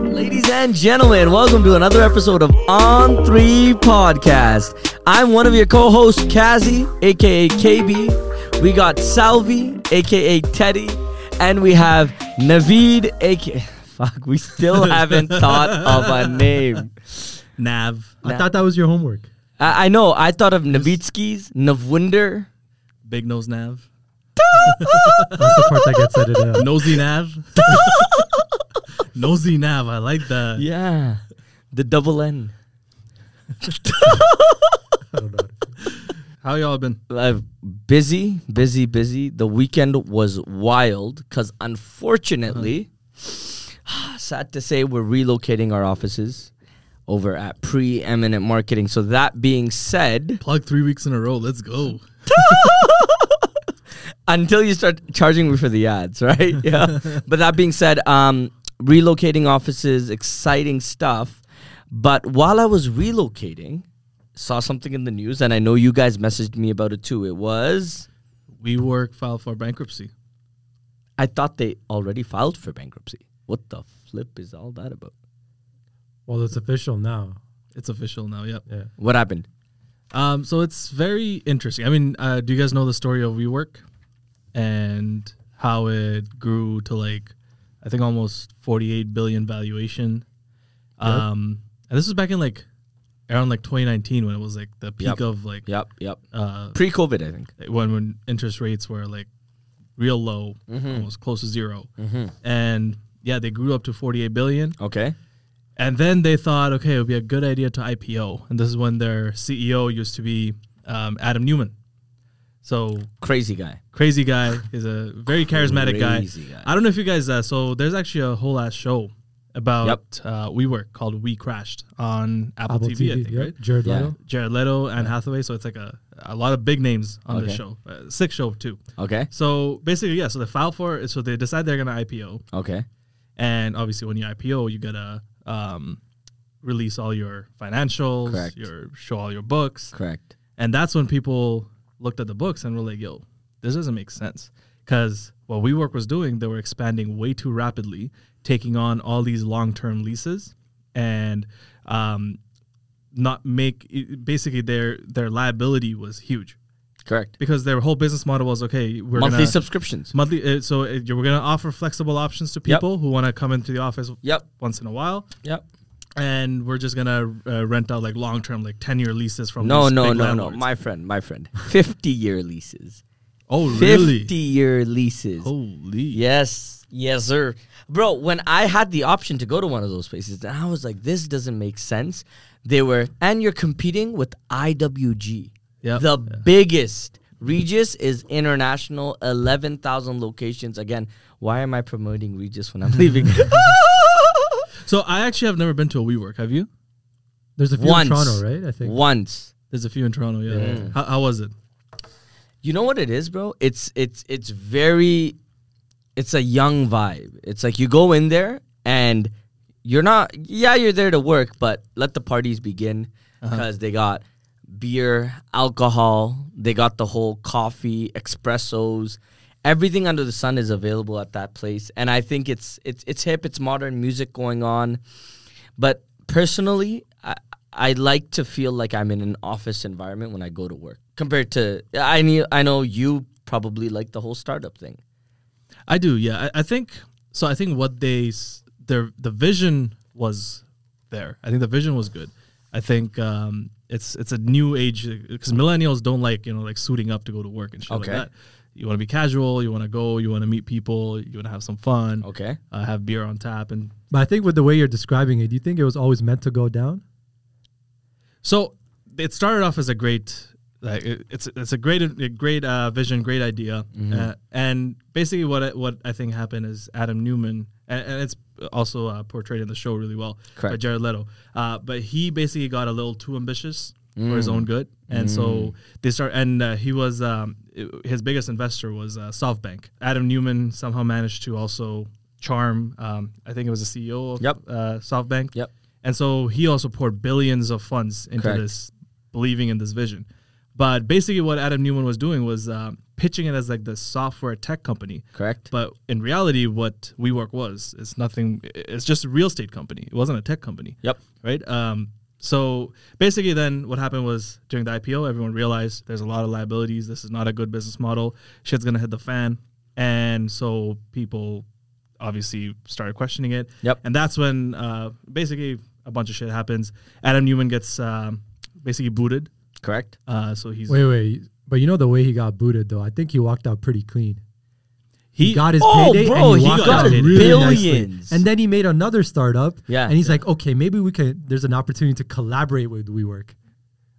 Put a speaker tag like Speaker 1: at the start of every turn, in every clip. Speaker 1: and gentlemen, welcome to another episode of On Three Podcast. I'm one of your co-hosts, Kazi, aka KB. We got Salvi, aka Teddy, and we have Navid, aka Fuck, we still haven't thought of a name.
Speaker 2: Nav.
Speaker 1: Nav.
Speaker 3: I thought that was your homework.
Speaker 1: I, I know, I thought of Navitskis, Navwinder.
Speaker 2: Big nose Nav.
Speaker 3: That's the part that gets edited out.
Speaker 2: Nosy Nav. Nosy Nav. I like that.
Speaker 1: Yeah. The double N.
Speaker 3: I don't know.
Speaker 2: How y'all been?
Speaker 1: I've uh, busy, busy, busy. The weekend was wild because unfortunately, sad to say, we're relocating our offices over at Preeminent Marketing. So, that being said,
Speaker 2: Plug three weeks in a row. Let's go.
Speaker 1: until you start charging me for the ads, right? Yeah. but that being said, um, relocating offices, exciting stuff. But while I was relocating, saw something in the news, and I know you guys messaged me about it too. It was.
Speaker 2: We work filed for bankruptcy.
Speaker 1: I thought they already filed for bankruptcy. What the flip is all that about?
Speaker 3: Well, it's official now.
Speaker 2: It's official now. Yep.
Speaker 3: Yeah.
Speaker 1: What happened?
Speaker 2: Um, so it's very interesting. I mean, uh, do you guys know the story of WeWork and how it grew to like, I think almost 48 billion valuation? Um, and this was back in like around like 2019 when it was like the peak
Speaker 1: Yep.
Speaker 2: of like
Speaker 1: Yep, yep.
Speaker 2: uh,
Speaker 1: Pre COVID, I think.
Speaker 2: when when interest rates were like real low,
Speaker 1: Mm-hmm.
Speaker 2: almost close to 0 and yeah, they grew up to 48 billion.
Speaker 1: Okay.
Speaker 2: And then they thought, okay, it would be a good idea to IPO. And this is when their CEO used to be um, Adam Newman. So
Speaker 1: Crazy guy.
Speaker 2: crazy guy. He's a very charismatic guy.
Speaker 1: Crazy guy.
Speaker 2: I don't know if you guys. Uh, so there's actually a whole ass show about
Speaker 1: Yep.
Speaker 2: uh, WeWork called We Crashed on Apple,
Speaker 3: Apple
Speaker 2: TV,
Speaker 3: TV,
Speaker 2: I think,
Speaker 3: yeah.
Speaker 2: right?
Speaker 3: Jared
Speaker 1: Yeah.
Speaker 3: Leto.
Speaker 2: Jared Leto, Anne Hathaway. So it's like a, a lot of big names on the
Speaker 1: Okay.
Speaker 2: show. Uh, sick show too.
Speaker 1: Okay.
Speaker 2: So basically, yeah. So they file for it. So they decide they're gonna IPO,
Speaker 1: Okay.
Speaker 2: and obviously, when you IPO, you gotta um, release all your financials,
Speaker 1: Correct.
Speaker 2: your show all your books,
Speaker 1: Correct.
Speaker 2: and that's when people looked at the books and were like, "Yo, this doesn't make sense," because what WeWork was doing, they were expanding way too rapidly, taking on all these long-term leases, and um, not make i- basically their their liability was huge
Speaker 1: Correct.
Speaker 2: because their whole business model was okay, we're
Speaker 1: Monthly
Speaker 2: gonna,
Speaker 1: subscriptions.
Speaker 2: monthly. Uh, so uh, you- we're gonna offer flexible options to
Speaker 1: Yep.
Speaker 2: people who want to come into the office
Speaker 1: Yep.
Speaker 2: once in a while,
Speaker 1: Yep.
Speaker 2: and we're just gonna uh, rent out like long term, like ten year leases from
Speaker 1: No,
Speaker 2: these
Speaker 1: no,
Speaker 2: big
Speaker 1: no, no.
Speaker 2: landlords.
Speaker 1: My friend, my friend. 50 year leases.
Speaker 2: oh
Speaker 1: 50
Speaker 2: really?
Speaker 1: year leases.
Speaker 2: Holy
Speaker 1: Yes. Yes, sir. Bro, when I had the option to go to one of those places, and I was like, this doesn't make sense. They were, and you're competing with IWG,
Speaker 2: Yep.
Speaker 1: the biggest. Regis is international, 11,000 locations. Again, why am I promoting Regis when I'm leaving?
Speaker 2: So I actually have never been to a WeWork. Have you?
Speaker 3: There's a few
Speaker 1: Once.
Speaker 3: in Toronto, right? I think.
Speaker 1: Once.
Speaker 2: There's a few in Toronto. Yeah.
Speaker 1: Mm.
Speaker 2: How, how was it?
Speaker 1: You know what it is, bro? It's it's it's very it's a young vibe. It's like you go in there and you're not yeah, you're there to work, but let the parties begin because they got beer, alcohol, they got the whole coffee, espressos, everything under the sun is available at that place. And I think it's it's it's hip, it's modern music going on. But personally, I, I like to feel like I'm in an office environment when I go to work. Compared to, I need, I know you probably like the whole startup thing.
Speaker 2: I do. Yeah. I, I think so. I think what they s- their the vision was there. I think the vision was good. I think um, it's it's a new age because millennials don't like you know like suiting up to go to work and shit
Speaker 1: Okay.
Speaker 2: like that. You want to be casual. You want to go. You want to meet people. You want to have some fun.
Speaker 1: Okay.
Speaker 2: Uh, have beer on tap and
Speaker 3: But I think with the way you're describing it, do you think it was always meant to go down?
Speaker 2: So it started off as a great, like it- it's it's a great a great uh, vision, great idea,
Speaker 1: Mm-hmm.
Speaker 2: uh, and basically what I, what I think happened is Adam Newman, and, and it's also uh, portrayed in the show really well by
Speaker 1: Correct.
Speaker 2: Jared Leto, uh, but he basically got a little too ambitious for
Speaker 1: Mm.
Speaker 2: his own good, and so they start and uh, he was um, his biggest investor was uh, SoftBank. Adam Newman somehow managed to also charm, um, I think it was the CEO of
Speaker 1: Yep.
Speaker 2: uh, SoftBank.
Speaker 1: Yep.
Speaker 2: And so he also poured billions of funds into
Speaker 1: Correct.
Speaker 2: this, believing in this vision. But basically, what Adam Newman was doing was um, pitching it as like the software tech company.
Speaker 1: Correct.
Speaker 2: But in reality, what WeWork was, it's nothing. It's just a real estate company. It wasn't a tech company
Speaker 1: Yep.
Speaker 2: right? Um, so basically, then what happened was during the IPO, everyone realized there's a lot of liabilities. This is not a good business model. Shit's gonna hit the fan, and so people obviously started questioning it.
Speaker 1: Yep.
Speaker 2: And that's when uh, basically a bunch of shit happens. Adam Newman gets um, basically booted.
Speaker 1: Correct.
Speaker 2: Uh, so he's
Speaker 3: Wait, wait. But you know the way he got booted though. I think he walked out pretty clean. He, got his
Speaker 1: Oh,
Speaker 3: payday
Speaker 1: bro,
Speaker 3: and
Speaker 1: he
Speaker 3: he walked
Speaker 2: got
Speaker 3: out really
Speaker 1: billions.
Speaker 3: nicely. And then he made another startup.
Speaker 1: Yeah.
Speaker 3: And he's like, okay, maybe we can. There's an opportunity to collaborate with WeWork.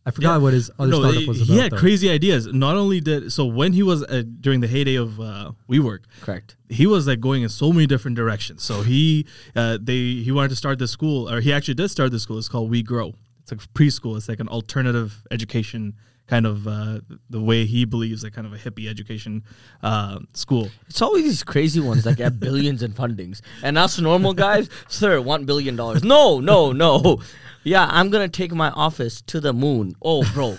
Speaker 3: I forgot
Speaker 2: Yeah.
Speaker 3: what his other
Speaker 2: No,
Speaker 3: startup
Speaker 2: he-
Speaker 3: was
Speaker 2: he
Speaker 3: about.
Speaker 2: had
Speaker 3: though.
Speaker 2: crazy ideas. Not only did so when he was uh, during the heyday of uh, WeWork,
Speaker 1: Correct.
Speaker 2: he was like going in so many different directions. So he uh, they he wanted to start this school, or he actually did start this school. It's called We Grow. It's like preschool. It's like an alternative education kind of uh, the way he believes, like kind of a hippie education uh, school.
Speaker 1: It's always these crazy ones that get billions in fundings, and us normal guys, sir, one billion dollars. No, no, no. Yeah, I'm gonna take my office to the moon. Oh, bro,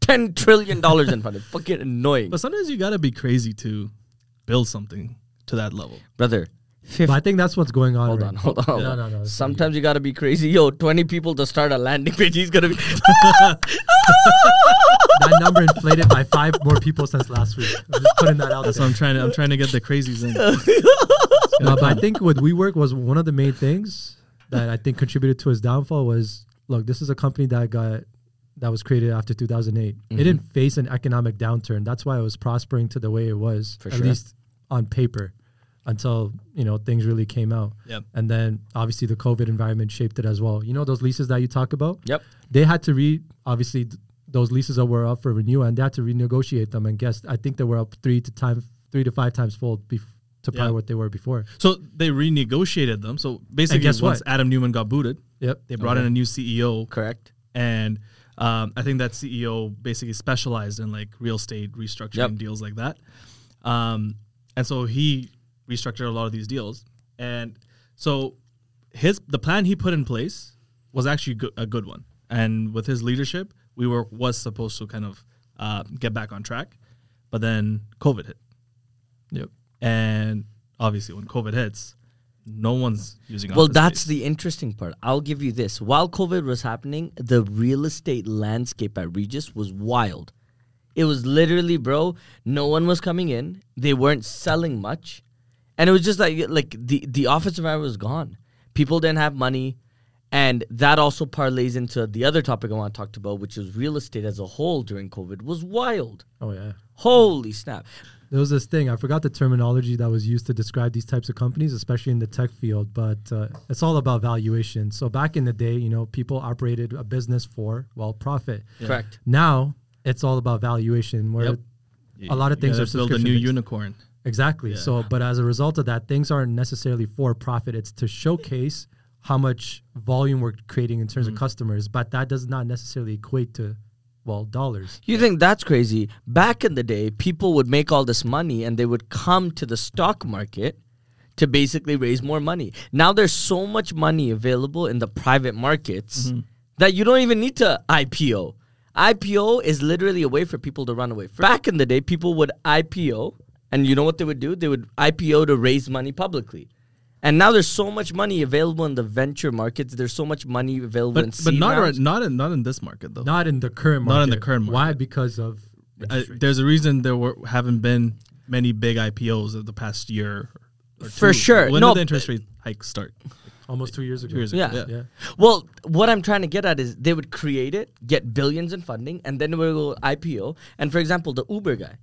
Speaker 1: ten trillion dollars in funding. Fucking annoying,
Speaker 2: But sometimes you gotta be crazy to build something to that level.
Speaker 1: brother.
Speaker 3: But I think that's what's going on.
Speaker 1: Hold
Speaker 3: right
Speaker 1: on,
Speaker 3: now.
Speaker 1: hold on. hold on.
Speaker 3: No, no, no.
Speaker 1: Sometimes you gotta be crazy. Yo, 20 people to start a landing page. He's gonna be.
Speaker 3: that number inflated by five more people since last week. I'm just putting that out
Speaker 2: So
Speaker 3: there.
Speaker 2: I'm trying to I'm trying to get the crazies in.
Speaker 3: No, but I think with WeWork was one of the main things that I think contributed to his downfall was look, this is a company that got that was created after 2008.
Speaker 1: Mm-hmm.
Speaker 3: It didn't face an economic downturn. That's why it was prospering to the way it was,
Speaker 1: For
Speaker 3: at
Speaker 1: sure.
Speaker 3: least on paper, until you know things really came out.
Speaker 2: Yep.
Speaker 3: And then obviously the COVID environment shaped it as well. You know those leases that you talk about?
Speaker 1: yep.
Speaker 3: they had to re obviously th- those leases that were up for renewal and they had to renegotiate them and guess I think they were up three to time three to five times fold bef- to
Speaker 2: Yeah.
Speaker 3: probably what they were before.
Speaker 2: So they renegotiated them. So basically,
Speaker 3: guess
Speaker 2: once
Speaker 3: what?
Speaker 2: Adam Newman got booted,
Speaker 3: Yep.
Speaker 2: they brought in a new CEO,
Speaker 1: Correct.
Speaker 2: and um, I think that CEO basically specialized in like real estate restructuring
Speaker 1: Yep.
Speaker 2: deals like that. Um, and so he restructured a lot of these deals, and so his the plan he put in place was actually go- a good one. And with his leadership, we were was supposed to kind of uh, get back on track, but then COVID hit,
Speaker 3: Yep.
Speaker 2: and obviously when COVID hits, no one's using.
Speaker 1: Well,
Speaker 2: office
Speaker 1: that's
Speaker 2: space.
Speaker 1: the interesting part. I'll give you this. While COVID was happening, the real estate landscape at Regis was wild. It was literally, bro, no one was coming in. They weren't selling much. And it was just like like the, the office environment was gone. People didn't have money. And that also parlays into the other topic I want to talk about, which is real estate as a whole during COVID was wild.
Speaker 3: Oh yeah.
Speaker 1: Holy snap.
Speaker 3: There was this thing I forgot the terminology that was used to describe these types of companies, especially in the tech field. But uh, it's all about valuation. So back in the day, you know, people operated a business for well profit.
Speaker 1: Correct.
Speaker 3: Now it's all about valuation, where
Speaker 2: Yep.
Speaker 3: a lot of
Speaker 2: You
Speaker 3: things
Speaker 2: gotta
Speaker 3: are
Speaker 2: build a new
Speaker 3: subscription-based.
Speaker 2: unicorn.
Speaker 3: Exactly.
Speaker 2: Yeah.
Speaker 3: So, but as a result of that, things aren't necessarily for profit. It's to showcase how much volume we're creating in
Speaker 2: Mm-hmm.
Speaker 3: terms of customers, but that does not necessarily equate to, well, dollars.
Speaker 1: You think that's crazy? Back in the day, people would make all this money and they would come to the stock market to basically raise more money. Now there's so much money available in the private markets
Speaker 2: Mm-hmm.
Speaker 1: that you don't even need to IPO. IPO is literally a way for people to run away. Back in the day, people would IPO, and you know what they would do? They would IPO to raise money publicly. And now there's so much money available in the venture markets. There's so much money available in
Speaker 2: but but
Speaker 1: seed
Speaker 2: not
Speaker 1: rounds.
Speaker 2: right, not in, not in this market though.
Speaker 3: Not in the current market.
Speaker 2: Not in the current
Speaker 3: Why? Because of uh,
Speaker 2: I, there's a reason there were haven't been many big IPOs of the past year. or
Speaker 1: For
Speaker 2: two.
Speaker 1: sure.
Speaker 2: When
Speaker 1: No,
Speaker 2: did the interest rate hike start?
Speaker 3: almost two years ago.
Speaker 2: Two years ago.
Speaker 1: Yeah.
Speaker 2: Yeah.
Speaker 3: Yeah.
Speaker 1: Well, what I'm trying to get at is they would create it, get billions in funding, and then we will IPO. And for example, the Uber guy,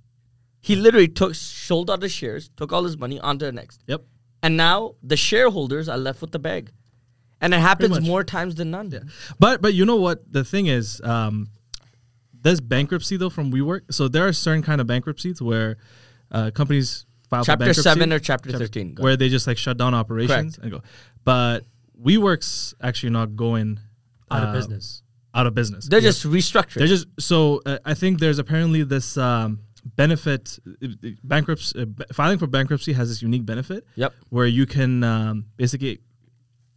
Speaker 1: he literally took sold out the shares, took all his money onto the next,
Speaker 2: Yep.
Speaker 1: and now the shareholders are left with the bag, and it happens
Speaker 2: much.
Speaker 1: more times than none.
Speaker 2: But but you know what the thing is, um, there's bankruptcy though from WeWork. So there are certain kind of bankruptcies where uh, companies file for
Speaker 1: Chapter
Speaker 2: bankruptcy,
Speaker 1: seven or chapter 13, go
Speaker 2: where they just like shut down operations and go. But WeWork's actually not going
Speaker 3: Out of
Speaker 2: uh,
Speaker 3: business.
Speaker 2: Out of business.
Speaker 1: They're
Speaker 2: Yeah.
Speaker 1: just restructuring.
Speaker 2: They're just so uh, I think there's apparently this um, benefit uh, bankruptcy uh, b- filing for bankruptcy has this unique benefit.
Speaker 1: Yep.
Speaker 2: Where you can um, basically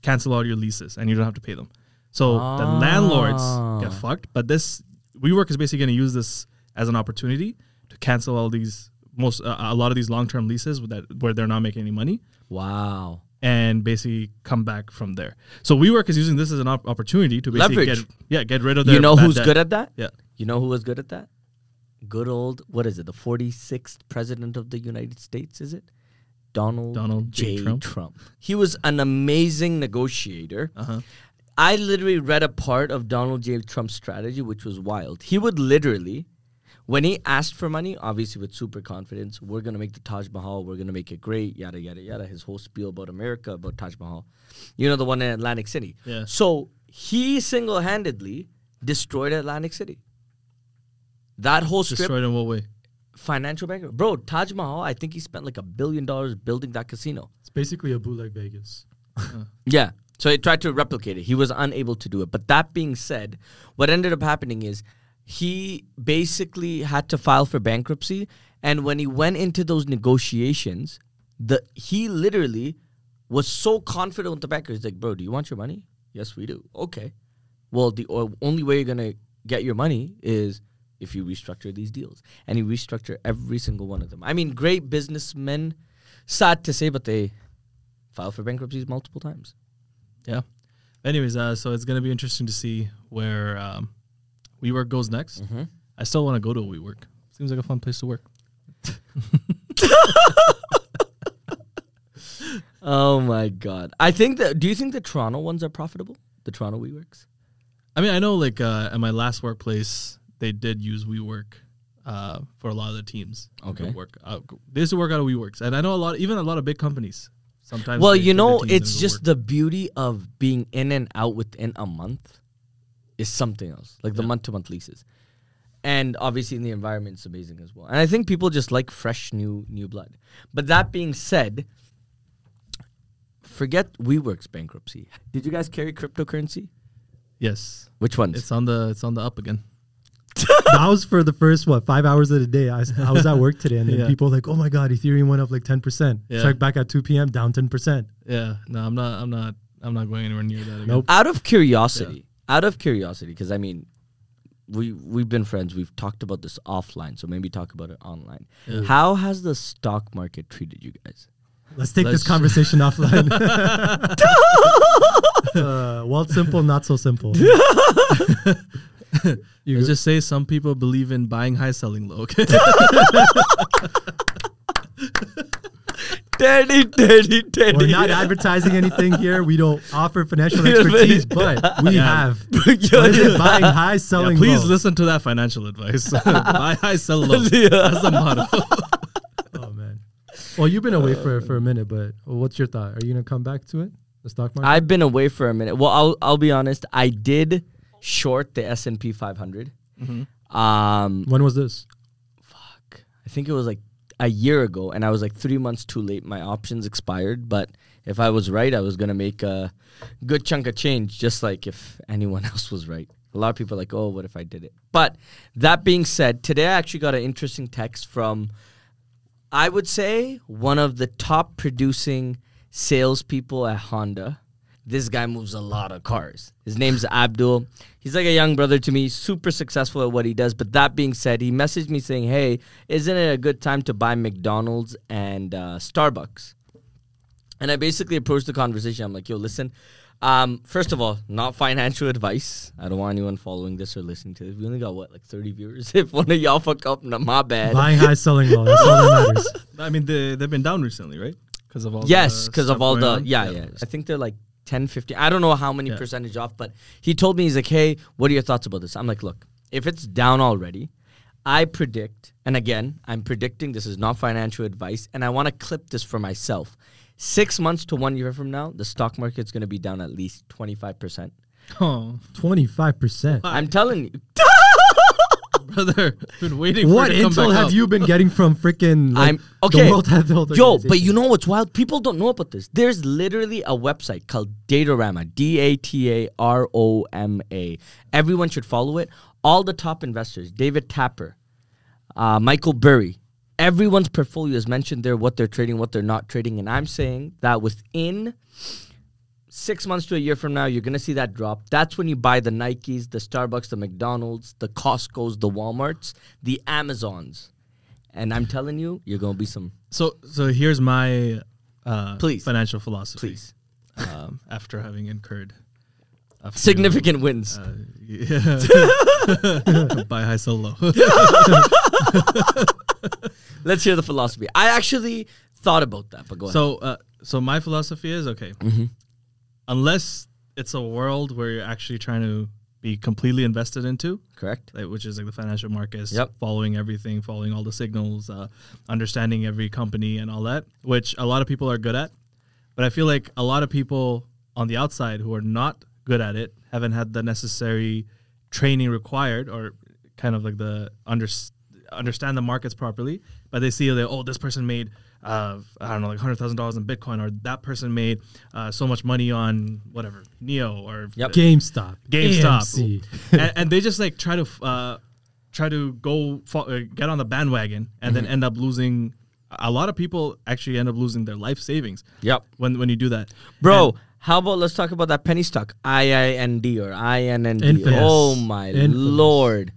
Speaker 2: cancel all your leases and you don't have to pay them. So the landlords
Speaker 1: Ah.
Speaker 2: get fucked, but this WeWork is basically going to use this as an opportunity to cancel all these most uh, a lot of these long term leases with that where they're not making any money
Speaker 1: Wow.
Speaker 2: and basically come back from there. So WeWork is using this as an op- opportunity to basically
Speaker 1: Leverage.
Speaker 2: get yeah get rid of their
Speaker 1: You know
Speaker 2: bad
Speaker 1: who's
Speaker 2: debt.
Speaker 1: good at that?
Speaker 2: yeah
Speaker 1: You know who was good at that? Good old what is it? The forty sixth president of the United States is it? Donald,
Speaker 2: Donald J.
Speaker 1: J.
Speaker 2: Trump.
Speaker 1: Trump. He was an amazing negotiator.
Speaker 2: uh huh
Speaker 1: I literally read a part of Donald J. Trump's strategy, which was wild. He would literally, when he asked for money, obviously with super confidence, we're gonna make the Taj Mahal, we're gonna make it great, yada yada yada. His whole spiel about America, about Taj Mahal, you know the one in Atlantic City.
Speaker 2: Yeah.
Speaker 1: So he single-handedly destroyed Atlantic City. That whole strip,
Speaker 2: destroyed in what way?
Speaker 1: financial bank, bro. Taj Mahal, I think he spent like a billion dollars building that casino.
Speaker 3: It's basically a bootleg Vegas.
Speaker 1: Yeah. So he tried to replicate it. He was unable to do it. But that being said, what ended up happening is he basically had to file for bankruptcy. And when he went into those negotiations, the he literally was so confident with the bankers, like, bro, do you want your money? Yes, we do. Okay. Well, the o- only way you're gonna get your money is if you restructure these deals. And he restructured every single one of them. I mean, great businessmen, sad to say, but they filed for bankruptcies multiple times.
Speaker 2: Yeah. Anyways, uh, so it's gonna be interesting to see where um, WeWork goes next.
Speaker 1: Mm-hmm.
Speaker 2: I still want to go to a WeWork. Seems like a fun place to work.
Speaker 1: Oh my god! I think that. Do you think the Toronto ones are profitable? The Toronto WeWorks.
Speaker 2: I mean, I know like uh, at my last workplace, they did use WeWork uh, for a lot of the teams. that
Speaker 1: Okay.
Speaker 2: Work. Uh, they used to work out of WeWorks, and I know a lot, even a lot of big companies. Sometimes.
Speaker 1: Well,
Speaker 2: they
Speaker 1: you
Speaker 2: take their
Speaker 1: know,
Speaker 2: teams and
Speaker 1: it's
Speaker 2: go
Speaker 1: just
Speaker 2: work.
Speaker 1: the beauty of being in and out within a month is something else. Like the
Speaker 2: Yeah.
Speaker 1: month to month leases, and obviously in the environment it's amazing as well. And I think people just like fresh new new blood. But that being said, forget WeWorks bankruptcy. Did you guys carry cryptocurrency?
Speaker 2: yes.
Speaker 1: Which ones?
Speaker 2: It's on the it's on the up again.
Speaker 3: that was for the first what five hours of the day. I, s- I was at work today, and then
Speaker 2: Yeah.
Speaker 3: people like, "Oh my god, Ethereum went up like ten percent."
Speaker 2: Yeah.
Speaker 3: Check back at two p.m. down ten percent.
Speaker 2: Yeah. No, I'm not. I'm not. I'm not going anywhere near that again.
Speaker 3: Nope.
Speaker 1: out of curiosity, out of curiosity, because I mean, we we've been friends. We've talked about this offline, so maybe talk about it online. How has the stock market treated you guys?
Speaker 3: Let's take
Speaker 2: Let's-
Speaker 3: this conversation offline. uh, well, simple, not so simple. You-
Speaker 2: Let's just say some people believe in buying high, selling low. Okay.
Speaker 1: Teddy, Teddy, Teddy.
Speaker 3: We're not advertising anything here. We don't offer financial expertise, but we have. What is it? Buying high,
Speaker 2: Yeah,
Speaker 3: selling
Speaker 2: please
Speaker 3: low.
Speaker 2: listen to that financial advice. Buy high, sell low. That's the motto.
Speaker 3: Oh man. Uh, Well, you've been away for for a minute, but what's your thought? Are you gonna come back to it? The stock market.
Speaker 1: I've been away for a minute. Well, I'll I'll be honest. I did short the S and P 500. Um,
Speaker 3: when was this?
Speaker 1: fuck. I think it was like a year ago, and I was like three months too late. My options expired, but if I was right, I was gonna make a good chunk of change, just like if anyone else was right. A lot of people are like, oh, what if I did it? But that being said, today I actually got an interesting text from, I would say, one of the top producing salespeople at Honda. This guy moves a lot of cars. His name's Abdul. He's like a young brother to me, super successful at what he does. But that being said, he messaged me saying, hey, isn't it a good time to buy McDonald's and uh, Starbucks? And I basically approached the conversation. I'm like, yo, listen, um, first of all, not financial advice. I don't want anyone following this or listening to this. We only got, what, like 30 viewers? if one of y'all fuck up, no, my bad.
Speaker 3: Buying high, selling low. That's all that matters.
Speaker 2: I mean, they, they've been down recently, right? Because of all
Speaker 1: yes,
Speaker 2: the
Speaker 1: because of
Speaker 2: stuff
Speaker 1: all
Speaker 2: going
Speaker 1: the,
Speaker 2: on.
Speaker 1: yeah, yeah, I think they're like 10, 15. I don't know how many
Speaker 2: Yeah.
Speaker 1: percentage off, but he told me, he's like, hey, what are your thoughts about this? I'm like, look, if it's down already, I predict, and again, I'm predicting this is not financial advice, and I want to clip this for myself. Six months to one year from now, the stock market's going to be down at least 25%.
Speaker 2: Oh,
Speaker 3: Twenty five percent.
Speaker 1: I'm telling you,
Speaker 2: brother, been waiting.
Speaker 3: What
Speaker 2: for it to come
Speaker 3: intel
Speaker 2: back
Speaker 3: have
Speaker 2: up.
Speaker 3: you been getting from freaking like,
Speaker 1: I'm okay.
Speaker 3: the World Health
Speaker 1: Yo, but you
Speaker 3: Organization?
Speaker 1: know what's wild? People don't know about this. There's literally a website called Datorama. D A T A R O M A. Everyone should follow it. All the top investors: David Tapper, uh, Michael Burry. Everyone's portfolio is mentioned there, what they're trading, what they're not trading, and I'm saying that within six months to a year from now, you're gonna see that drop. That's when you buy the Nikes, the Starbucks, the McDonald's, the Costco's, the WalMarts, the Amazons, and I'm telling you, you're gonna be some.
Speaker 2: So so here's my uh,
Speaker 1: Please.
Speaker 2: financial philosophy.
Speaker 1: Please.
Speaker 2: um, after having incurred a few,
Speaker 1: Significant wins.
Speaker 2: Uh, yeah. Buy high, sell low.
Speaker 1: Let's hear the philosophy. I actually thought about that, but go ahead.
Speaker 2: so uh, so my philosophy is okay. Unless it's a world where you're actually trying to be completely invested into,
Speaker 1: Correct.
Speaker 2: like, which is like the financial markets,
Speaker 1: Yep.
Speaker 2: following everything, following all the signals, uh, understanding every company and all that, which a lot of people are good at. But I feel like a lot of people on the outside who are not good at it haven't had the necessary training required or kind of like the under, understand the markets properly. But they see that, oh, this person made, uh, I don't know, like $100,000 in Bitcoin, or that person made uh, so much money on whatever, Neo or
Speaker 1: Yep.
Speaker 3: GameStop.
Speaker 2: GameStop,
Speaker 3: AMC.
Speaker 2: and, and they just like try to uh, try to go fo- uh, get on the bandwagon, and
Speaker 1: Mm-hmm.
Speaker 2: then end up losing. A lot of people actually end up losing their life savings.
Speaker 1: Yep.
Speaker 2: When when you do that,
Speaker 1: Bro, how about let's talk about that penny stock? IIND or INND.
Speaker 3: Infamous.
Speaker 1: Oh my
Speaker 3: Infamous.
Speaker 1: lord.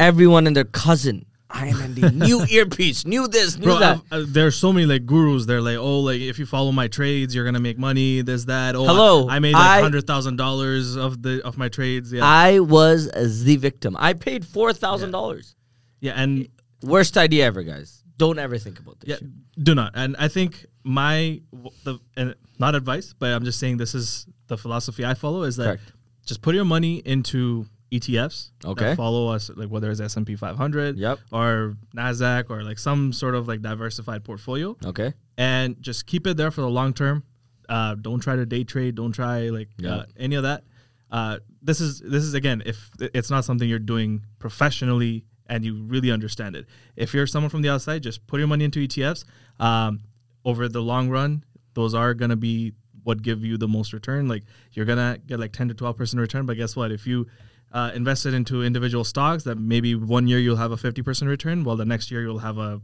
Speaker 1: Everyone and their cousin. INND. new earpiece. New this. New
Speaker 2: bro,
Speaker 1: that.
Speaker 2: I've- uh, there's so many like gurus. They're like, oh, like if you follow my trades, you're gonna make money. There's that. Oh,
Speaker 1: Hello,
Speaker 2: I, I made like
Speaker 1: I-
Speaker 2: hundred thousand dollars of the of my trades. Yeah,
Speaker 1: I was the victim. I paid $4,000.
Speaker 2: yeah, and
Speaker 1: Worst idea ever, guys. Don't ever think about this.
Speaker 2: Yeah,
Speaker 1: shit.
Speaker 2: do not. And I think my w- the and not advice, but I'm just saying this is the philosophy I follow is that
Speaker 1: Correct.
Speaker 2: just put your money into ETFs. that
Speaker 1: Okay.
Speaker 2: follow us like whether it's S and P 500.
Speaker 1: Yep.
Speaker 2: Or Nasdaq or like some sort of like diversified portfolio,
Speaker 1: Okay.
Speaker 2: and just keep it there for the long term. Uh, don't try to day trade. Don't try like uh,
Speaker 1: Yep.
Speaker 2: any of that. Uh, this is this is again if it's not something you're doing professionally and you really understand it. If you're someone from the outside, just put your money into ETFs. Um, over the long run, those are gonna be what give you the most return. Like you're gonna get like 10 to 12 percent return. But guess what? If you uh, invested into individual stocks, that maybe one year you'll have a 50 percent return, while the next year you'll have a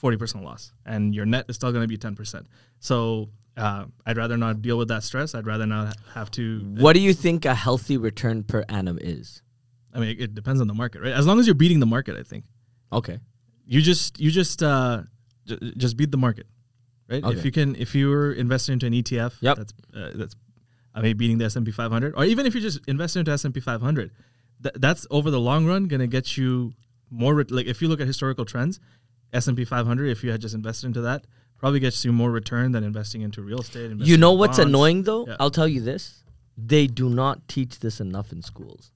Speaker 2: 40% loss and your net is still going to be 10% so uh, i'd rather not deal with that stress i'd rather not have to
Speaker 1: What do you think a healthy return per annum is?
Speaker 2: i mean it depends on the market right as long as you're beating the market i think
Speaker 1: Okay.
Speaker 2: you just you just uh, j- just beat the market right
Speaker 1: Okay.
Speaker 2: if you can if you're invested into an etf
Speaker 1: Yep.
Speaker 2: that's uh, that's i mean beating the s&p 500 or even if you just invested into s&p 500 th- that's over the long run going to get you more ret- like if you look at historical trends s&p 500 if you had just invested into that probably gets you more return than investing into real estate
Speaker 1: You
Speaker 2: investing
Speaker 1: know
Speaker 2: in
Speaker 1: what's
Speaker 2: bonds.
Speaker 1: annoying though?
Speaker 2: Yeah.
Speaker 1: I'll tell you this. They do not teach this enough in schools.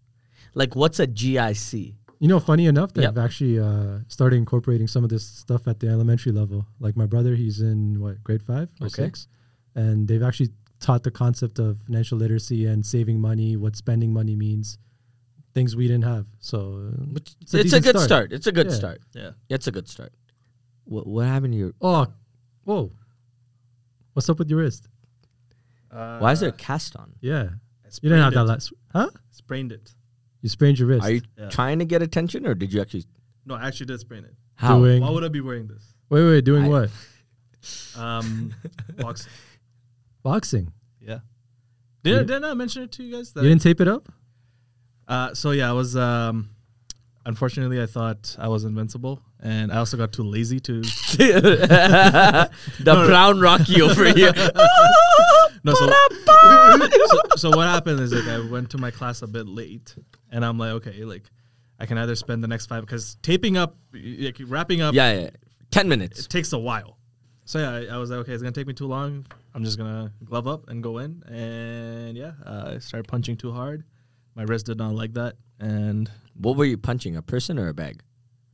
Speaker 1: Like what's a GIC?
Speaker 3: You know, funny enough, they've
Speaker 1: Yep.
Speaker 3: actually uh, started incorporating some of this stuff at the elementary level. Like my brother, he's in what grade five or
Speaker 1: Okay.
Speaker 3: six, and they've actually taught the concept of financial literacy and saving money, what spending money means, things we didn't have. So uh,
Speaker 1: It's, a,
Speaker 3: decent
Speaker 1: good start. It's a good
Speaker 3: Yeah.
Speaker 1: start.
Speaker 2: yeah
Speaker 1: It's a good start. What, what happened to your?
Speaker 3: Oh, whoa! What's up with your wrist?
Speaker 2: uh,
Speaker 1: Why is there a cast on?
Speaker 3: Yeah,
Speaker 2: I
Speaker 3: you didn't have that
Speaker 2: sprained it.
Speaker 3: last, huh?
Speaker 2: sprained it
Speaker 3: You sprained your wrist.
Speaker 1: Are you
Speaker 2: Yeah.
Speaker 1: trying to get attention, or did you actually?
Speaker 2: no i actually did sprain it
Speaker 1: How?
Speaker 3: doing?
Speaker 2: why would i be wearing this
Speaker 3: wait, wait, doing
Speaker 1: I-
Speaker 3: what?
Speaker 2: um boxing
Speaker 3: Boxing.
Speaker 2: yeah did,
Speaker 3: You-
Speaker 2: I, did I not mention it to you guys that
Speaker 3: You didn't tape it up.
Speaker 2: Uh, so yeah, I was. Um, unfortunately, I thought I was invincible, and I also got too lazy to.
Speaker 1: the brown Rocky over here.
Speaker 2: No, so, so so what happened is like I went to my class a bit late, and I'm like, okay, like I can either spend the next five because taping up, like wrapping up,
Speaker 1: yeah, yeah, ten
Speaker 2: it
Speaker 1: minutes.
Speaker 2: takes a while. So yeah, I, I was like, okay, it's gonna take me too long. I'm just gonna glove up and go in, and yeah, uh, I started punching too hard. My wrist did not like that, and
Speaker 1: What were you punching? A person or a bag?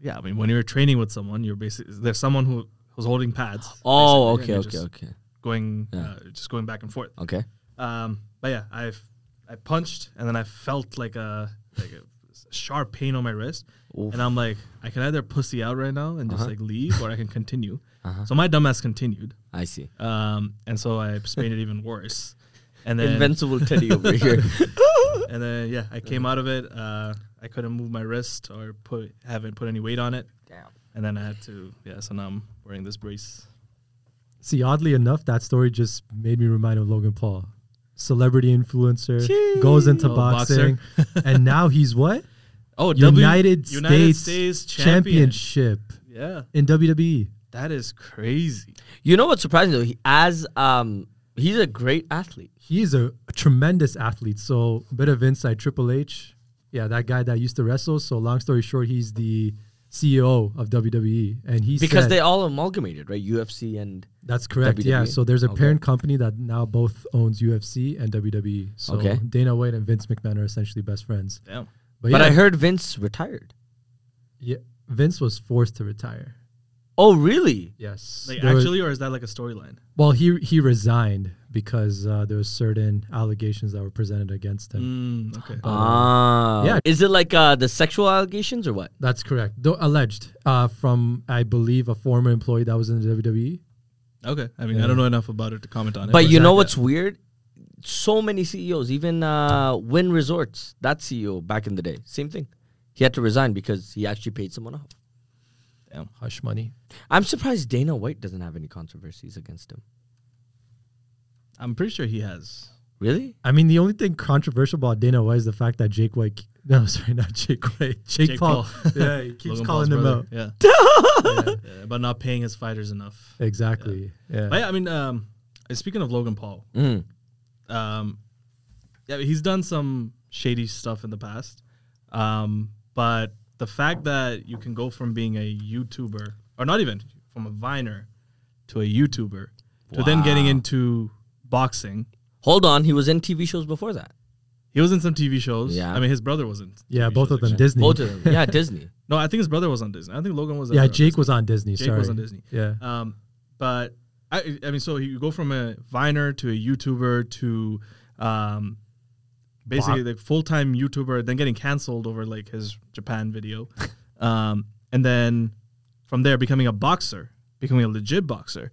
Speaker 2: Yeah, I mean, when you're training with someone, you're basically there's someone who who's holding pads.
Speaker 1: Oh, okay,
Speaker 2: basically, and
Speaker 1: okay,
Speaker 2: you're just
Speaker 1: okay,
Speaker 2: Going,
Speaker 1: Yeah.
Speaker 2: uh, just going back and forth.
Speaker 1: okay.
Speaker 2: Um, but yeah, I've I punched and then I felt like a like a sharp pain on my wrist,
Speaker 1: Oof.
Speaker 2: and I'm like, I can either pussy out right now and just like leave, or I can continue.
Speaker 1: Uh-huh.
Speaker 2: So my dumbass continued,
Speaker 1: I see.
Speaker 2: um, and so I sprained it even worse. And then
Speaker 1: Invincible Teddy over here.
Speaker 2: and then yeah, I came out of it. Uh, I couldn't move my wrist or put haven't put any weight on it.
Speaker 1: Damn.
Speaker 2: And then I had to, yeah, so now I'm wearing this brace.
Speaker 3: See, oddly enough, that story just made me remind of Logan Paul. celebrity influencer, goes into
Speaker 2: Oh, boxer.
Speaker 3: boxing, and now he's what?
Speaker 2: Oh, W-
Speaker 3: United,
Speaker 2: United
Speaker 3: States,
Speaker 2: States champion.
Speaker 3: Championship
Speaker 2: Yeah,
Speaker 3: in E. WWE.
Speaker 2: that is crazy.
Speaker 1: You know what's surprising though? He, as um, he's a great athlete.
Speaker 3: He's a, a tremendous athlete. So, bit of insight. Triple H, yeah, that guy that used to wrestle. So, long story short, he's the CEO of WWE, and he
Speaker 1: Because
Speaker 3: said-
Speaker 1: they all amalgamated, right? UFC and
Speaker 3: That's correct. Yeah.
Speaker 1: WWE?
Speaker 3: So there's a
Speaker 1: Okay.
Speaker 3: parent company that now both owns UFC and WWE. So
Speaker 1: Okay.
Speaker 3: Dana White and Vince McMahon are essentially best friends.
Speaker 2: Damn.
Speaker 1: but
Speaker 3: Oh, yeah,
Speaker 1: I heard Vince retired.
Speaker 3: yeah, Vince was forced to retire.
Speaker 1: Oh, really?
Speaker 3: Yes.
Speaker 2: Like
Speaker 3: There was-
Speaker 2: actually, or is that like a storyline?
Speaker 3: well, he he resigned because uh, there was certain allegations that were presented against him.
Speaker 2: Mm, okay.
Speaker 1: Ah,
Speaker 3: Oh. yeah.
Speaker 1: Is it like uh, the sexual allegations or what?
Speaker 3: That's correct. Though alleged uh, from I believe a former employee that was in the E. WWE.
Speaker 2: Okay. I mean,
Speaker 3: Yeah.
Speaker 2: I don't know enough about it to comment on it.
Speaker 1: But you know
Speaker 2: yeah.
Speaker 1: what's weird? So many CEOs, even uh, Win Resorts, that CEO back in the day, same thing. He had to resign because he actually paid someone off.
Speaker 3: Hush money.
Speaker 1: I'm surprised Dana White doesn't have any controversies against him.
Speaker 2: I'm pretty sure he has.
Speaker 1: Really?
Speaker 3: I mean, the only thing controversial about Dana White is the fact that Jake White. No, sorry, not Jake White. Jake,
Speaker 2: Jake
Speaker 3: Paul.
Speaker 2: Paul.
Speaker 3: yeah, he keeps
Speaker 2: Logan
Speaker 3: calling
Speaker 2: Paul's
Speaker 3: him
Speaker 2: brother.
Speaker 3: out.
Speaker 2: Yeah. yeah. About not paying his fighters enough.
Speaker 3: Exactly. Yeah.
Speaker 2: But yeah, I mean, um, speaking of Logan Paul,
Speaker 1: Mm.
Speaker 2: um, yeah, he's done some shady stuff in the past, um, but the fact that you can go from being a YouTuber, or not even from a Viner, to a YouTuber, to then getting
Speaker 1: Wow.
Speaker 2: into boxing.
Speaker 1: Hold on, he was in TV shows before that.
Speaker 2: He was in some TV shows.
Speaker 1: Yeah.
Speaker 2: I mean, his brother was in.
Speaker 3: Yeah,
Speaker 2: TV
Speaker 3: both
Speaker 2: shows,
Speaker 3: of them
Speaker 2: actually.
Speaker 3: Disney.
Speaker 1: Both of them. Yeah, Disney.
Speaker 2: No, I think his brother was on Disney. I think Logan was. uh,
Speaker 3: yeah,
Speaker 2: on
Speaker 3: Jake
Speaker 2: Disney.
Speaker 3: was on Disney.
Speaker 2: Jake
Speaker 3: sorry.
Speaker 2: was on Disney.
Speaker 3: Yeah.
Speaker 2: Um, but I, I mean, so you go from a Viner to a YouTuber to um, basically like full time YouTuber, then getting canceled over like his Japan video, um, and then from there becoming a boxer, becoming a legit boxer,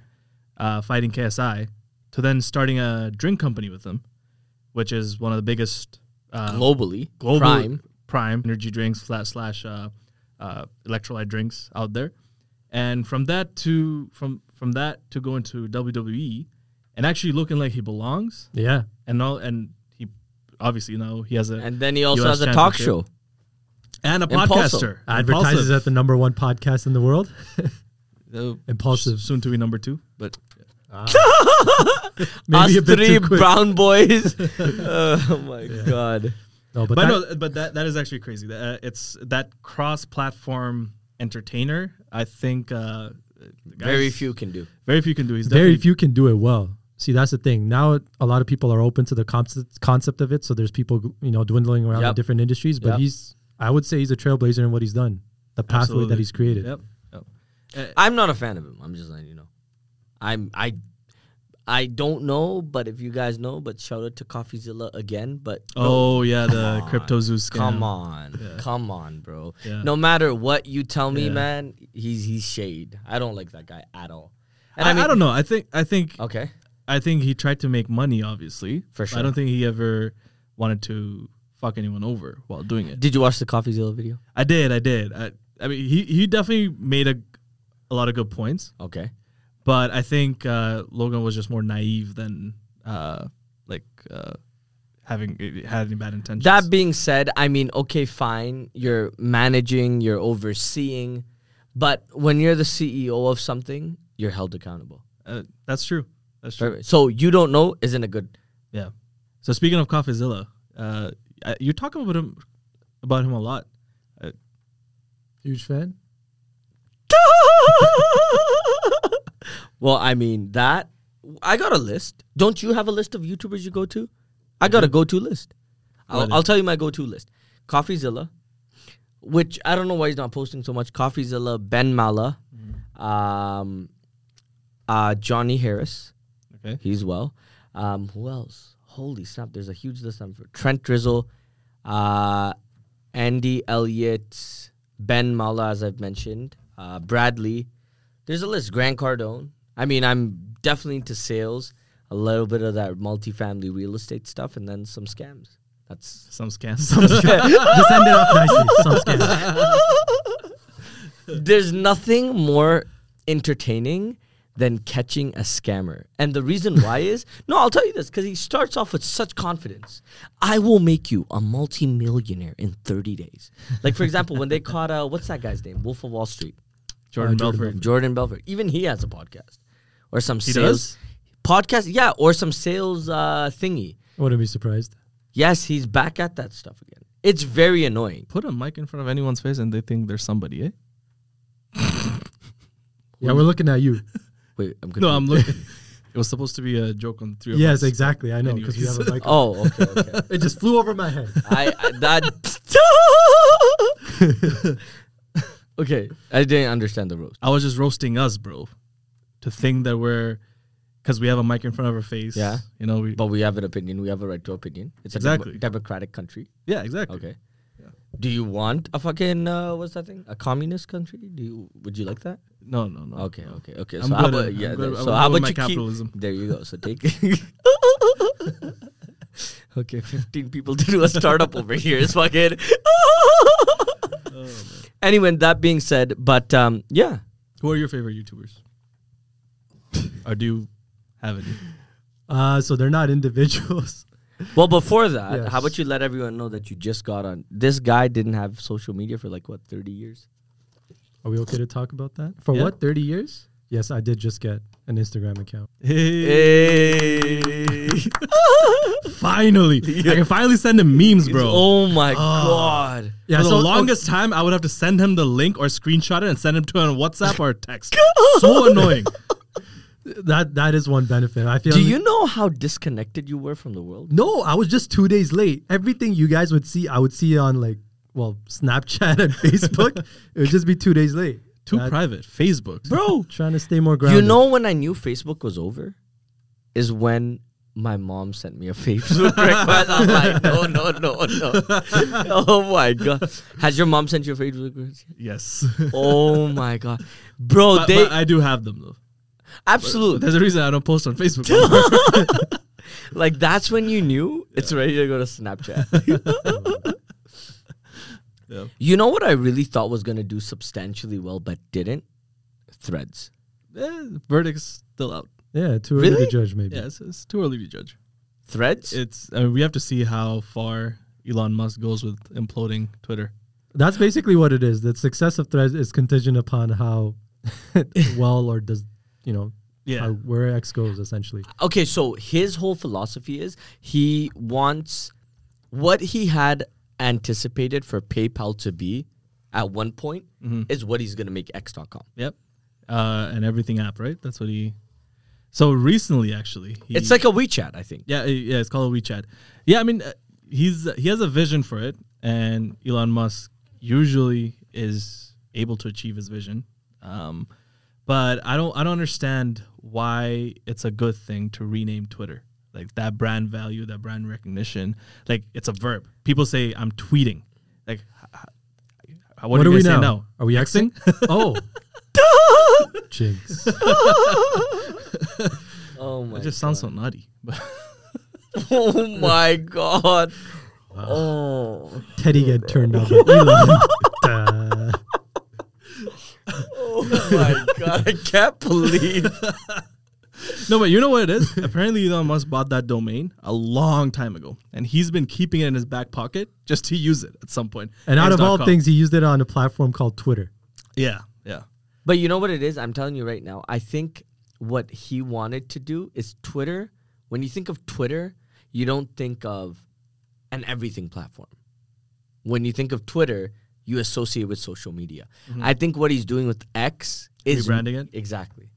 Speaker 2: uh, fighting KSI, to then starting a drink company with them, which is one of the biggest uh,
Speaker 1: Globally.
Speaker 2: global
Speaker 1: Prime.
Speaker 2: Prime energy drinks flat slash uh, uh, electrolyte drinks out there, and from that to from from that to go into WWE, and actually looking like he belongs,
Speaker 3: yeah.
Speaker 2: and all and he obviously you know he has a and,
Speaker 1: And then he also
Speaker 2: US
Speaker 1: has a talk show.
Speaker 2: championship. a podcaster
Speaker 1: Impulsive.
Speaker 3: Advertises at the number one podcast in the world.
Speaker 2: the
Speaker 3: Impulsive.
Speaker 2: soon to be number two, but
Speaker 3: Maybe a
Speaker 1: Us
Speaker 3: bit
Speaker 1: three
Speaker 3: too quick.
Speaker 1: brown boys. oh my god.
Speaker 3: no, but,
Speaker 2: but
Speaker 3: that,
Speaker 2: no, but that that is actually crazy. That, Uh, it's that cross platform entertainer. I think uh, the
Speaker 1: Very
Speaker 2: guy's-
Speaker 1: few can do.
Speaker 2: very few can do. He's
Speaker 3: very
Speaker 2: definitely-
Speaker 3: few can do it well. See, that's the thing. Now a lot of people are open to the concept concept of it. So there's people you know dwindling around
Speaker 1: Yep.
Speaker 3: in different industries. But
Speaker 1: Yep.
Speaker 3: he's, I would say, he's a trailblazer in what he's done, the pathway
Speaker 2: Absolutely.
Speaker 3: that he's created.
Speaker 2: Yep. yep. Uh,
Speaker 1: I'm not a fan of him. I'm just letting you know. I'm I I don't know, but if you guys know, but shout out to CoffeeZilla again. But no,
Speaker 2: Oh yeah, the
Speaker 1: on.
Speaker 2: crypto zoo scam.
Speaker 1: come on,
Speaker 2: Yeah.
Speaker 1: come on, bro.
Speaker 2: Yeah.
Speaker 1: No matter what you tell me,
Speaker 2: Yeah.
Speaker 1: man, he's he's shade. I don't like that guy at all.
Speaker 2: I, I don't know. I think I think
Speaker 1: Okay,
Speaker 2: I think he tried to make money. Obviously,
Speaker 1: Oh. For
Speaker 2: But I don't think he ever wanted to fuck anyone over while doing it.
Speaker 1: did you watch the CoffeeZilla video?
Speaker 2: I did. I did. I, I mean, he he definitely made a a lot of good points,
Speaker 1: Okay,
Speaker 2: but I think uh, Logan was just more naive than uh, like uh, having eh, had any bad intentions.
Speaker 1: That being said, I mean, okay, fine. You're managing, you're overseeing, but when you're the CEO of something, you're held accountable.
Speaker 2: uh, that's true. That's true.
Speaker 1: Right? So you don't know isn't a good.
Speaker 2: Yeah. So speaking of CoffeeZilla, uh, I- you talk about him about him a lot.
Speaker 3: Huge fan.
Speaker 1: well, I mean that. I got a list. Don't you have a list of YouTubers you go to? I got a go-to list.
Speaker 2: Mm-hmm. What
Speaker 1: I'll,
Speaker 2: is-
Speaker 1: I'll tell you my go-to list: CoffeeZilla, which I don't know why he's not posting so much. CoffeeZilla, Ben Mala,
Speaker 2: Mm-hmm.
Speaker 1: um, uh, Johnny Harris.
Speaker 2: Okay.
Speaker 1: He's well. Um, who else? Holy snap! There's a huge list. I'm for Trent Drizzle, uh, Andy Elliott, Ben Mala, as I've mentioned, uh, Bradley. There's a list. Grant Cardone. I mean, I'm definitely into sales, a little bit of that multifamily real estate stuff, and then some scams. That's
Speaker 2: Some scams.
Speaker 3: Just ended up nicely. Some scam.
Speaker 1: there's nothing more entertaining than catching a scammer. And the reason why is no, I'll tell you this because he starts off with such confidence. I will make you a multimillionaire in 30 days. Like, for example, when they caught, uh, what's that guy's name? Wolf of Wall Street.
Speaker 2: Uh, Jordan
Speaker 3: Jordan
Speaker 2: Belfort.
Speaker 1: Jordan Belfort. Even he has a podcast or some
Speaker 2: He
Speaker 1: sales
Speaker 2: does?
Speaker 1: podcast. Yeah, or some sales uh, thingy.
Speaker 3: I wouldn't be surprised.
Speaker 1: Yes, he's back at that stuff again. It's very annoying.
Speaker 2: Put a mic in front of anyone's face and they think they're somebody, eh?
Speaker 3: Yeah, we're looking at you.
Speaker 1: Wait, I'm confused.
Speaker 2: No, I'm looking. it was supposed to be a joke on the three of
Speaker 3: yes,
Speaker 2: us.
Speaker 3: exactly. I know because we have
Speaker 2: Anyways.
Speaker 3: a mic.
Speaker 1: Oh, okay, okay.
Speaker 3: It just flew over my head.
Speaker 1: I, I that. okay, I didn't understand the rules.
Speaker 2: I was just roasting us, bro, to think that we're because we have a mic in front of our face.
Speaker 1: Yeah.
Speaker 2: you know. We,
Speaker 1: But we have an opinion. We have a right to opinion. It's a
Speaker 2: Exactly.
Speaker 1: demo- democratic country.
Speaker 2: yeah, exactly.
Speaker 1: Okay. Do you want a fucking uh, what's that thing? A communist country? Do you would you like that?
Speaker 2: No, no, no.
Speaker 1: Okay,
Speaker 2: no.
Speaker 1: okay, okay.
Speaker 2: I'm
Speaker 1: so how
Speaker 2: good at-
Speaker 1: about
Speaker 2: I'm
Speaker 1: yeah?
Speaker 2: good-
Speaker 1: there-
Speaker 2: I'm
Speaker 1: so
Speaker 2: good
Speaker 1: how
Speaker 2: with
Speaker 1: about
Speaker 2: my
Speaker 1: you keep-
Speaker 2: capitalism.
Speaker 1: There you go. So take. okay, fifteen people to do a startup over here is fucking.
Speaker 2: Oh,
Speaker 1: anyway, that being said, but um, yeah,
Speaker 2: Who are your favorite YouTubers? or do you have any?
Speaker 3: Uh, so they're not individuals.
Speaker 1: Well, before that, how about
Speaker 3: Yes.
Speaker 1: you let everyone know that you just got on? This guy didn't have social media for like what thirty years.
Speaker 3: Are we okay to talk about that? For
Speaker 2: Yeah.
Speaker 3: what? Thirty years? Yes, I did just get an Instagram account.
Speaker 1: Hey,
Speaker 2: Finally, I can finally send him memes, bro.
Speaker 1: Oh my god!
Speaker 3: Yeah,
Speaker 2: For the
Speaker 3: so-
Speaker 2: longest time, I would have to send him the link or screenshot it and send him to a WhatsApp or a text. so annoying.
Speaker 3: That that is one benefit. I feel.
Speaker 1: Do you know how disconnected you were from the world?
Speaker 3: No, I was just two days late. Everything you guys would see, I would see on like, well, Snapchat and Facebook. it would just be two days late.
Speaker 2: Too
Speaker 3: That-
Speaker 2: private. Facebook.
Speaker 1: Bro,
Speaker 3: Trying to stay more
Speaker 1: you
Speaker 3: grounded.
Speaker 1: know when I knew Facebook was over, is when my mom sent me a Facebook request. I'm like, no, no, no, no. oh my god! Has your mom sent you a Facebook request?
Speaker 2: Yes.
Speaker 1: Oh my god, bro!
Speaker 2: but,
Speaker 1: they
Speaker 2: but I do have them though.
Speaker 1: absolutely.
Speaker 2: There's a reason I don't post on Facebook. Eh, anymore.
Speaker 1: Like that's when you knew it's ready to go to Snapchat.
Speaker 2: Yeah.
Speaker 1: You know what I really thought was gonna do substantially well but didn't? Threads.
Speaker 2: Eh, verdict's still out.
Speaker 3: Yeah, too early
Speaker 1: Really?
Speaker 3: to judge, maybe.
Speaker 2: Yeah, it's, it's too early to judge.
Speaker 1: Threads?
Speaker 2: It's I mean, we have to see how far Elon Musk goes with imploding Twitter.
Speaker 3: That's basically what it is. The success of Threads is contingent upon how well or does, you know,
Speaker 2: Yeah.
Speaker 3: how, where X goes, essentially.
Speaker 1: okay, so his whole philosophy is he wants what he had anticipated for PayPal to be at one point is what he's gonna make X.com.
Speaker 2: Yep. Uh, and everything app, right? That's what he. So recently, actually, he,
Speaker 1: It's like a WeChat, I think.
Speaker 2: yeah, eh, yeah, it's called WeChat. Yeah, I mean, uh, he's he has a vision for it, and Elon Musk usually is able to achieve his vision. Um, but I don't I don't understand why it's a good thing to rename Twitter. Like that brand value, that brand recognition. Like it's a verb. People say I'm tweeting. Like h- h- what,
Speaker 3: What,
Speaker 2: do
Speaker 3: are we
Speaker 2: we
Speaker 3: now?
Speaker 2: say now?
Speaker 3: Are we Xing? oh. Jinx.
Speaker 1: Oh my
Speaker 2: It just sounds so nutty. But
Speaker 1: Oh my god. Oh.
Speaker 3: Teddy get turned on by Elon. Uh,
Speaker 1: Oh my god. I can't believe
Speaker 2: No, but you know what it is? Apparently, Elon Musk bought that domain a long time ago, and he's been keeping it in his back pocket just to use it at some point.
Speaker 3: and out of all
Speaker 2: X.com.
Speaker 3: things, he used it on a platform called Twitter.
Speaker 2: yeah, yeah,
Speaker 1: But you know what it is? I'm telling you right now. I think what he wanted to do is Twitter. When you think of Twitter, you don't think of an everything platform. When you think of Twitter, you associate with social media. I think what he's doing with X is
Speaker 2: Mm-hmm. Rebranding it?
Speaker 1: Exactly.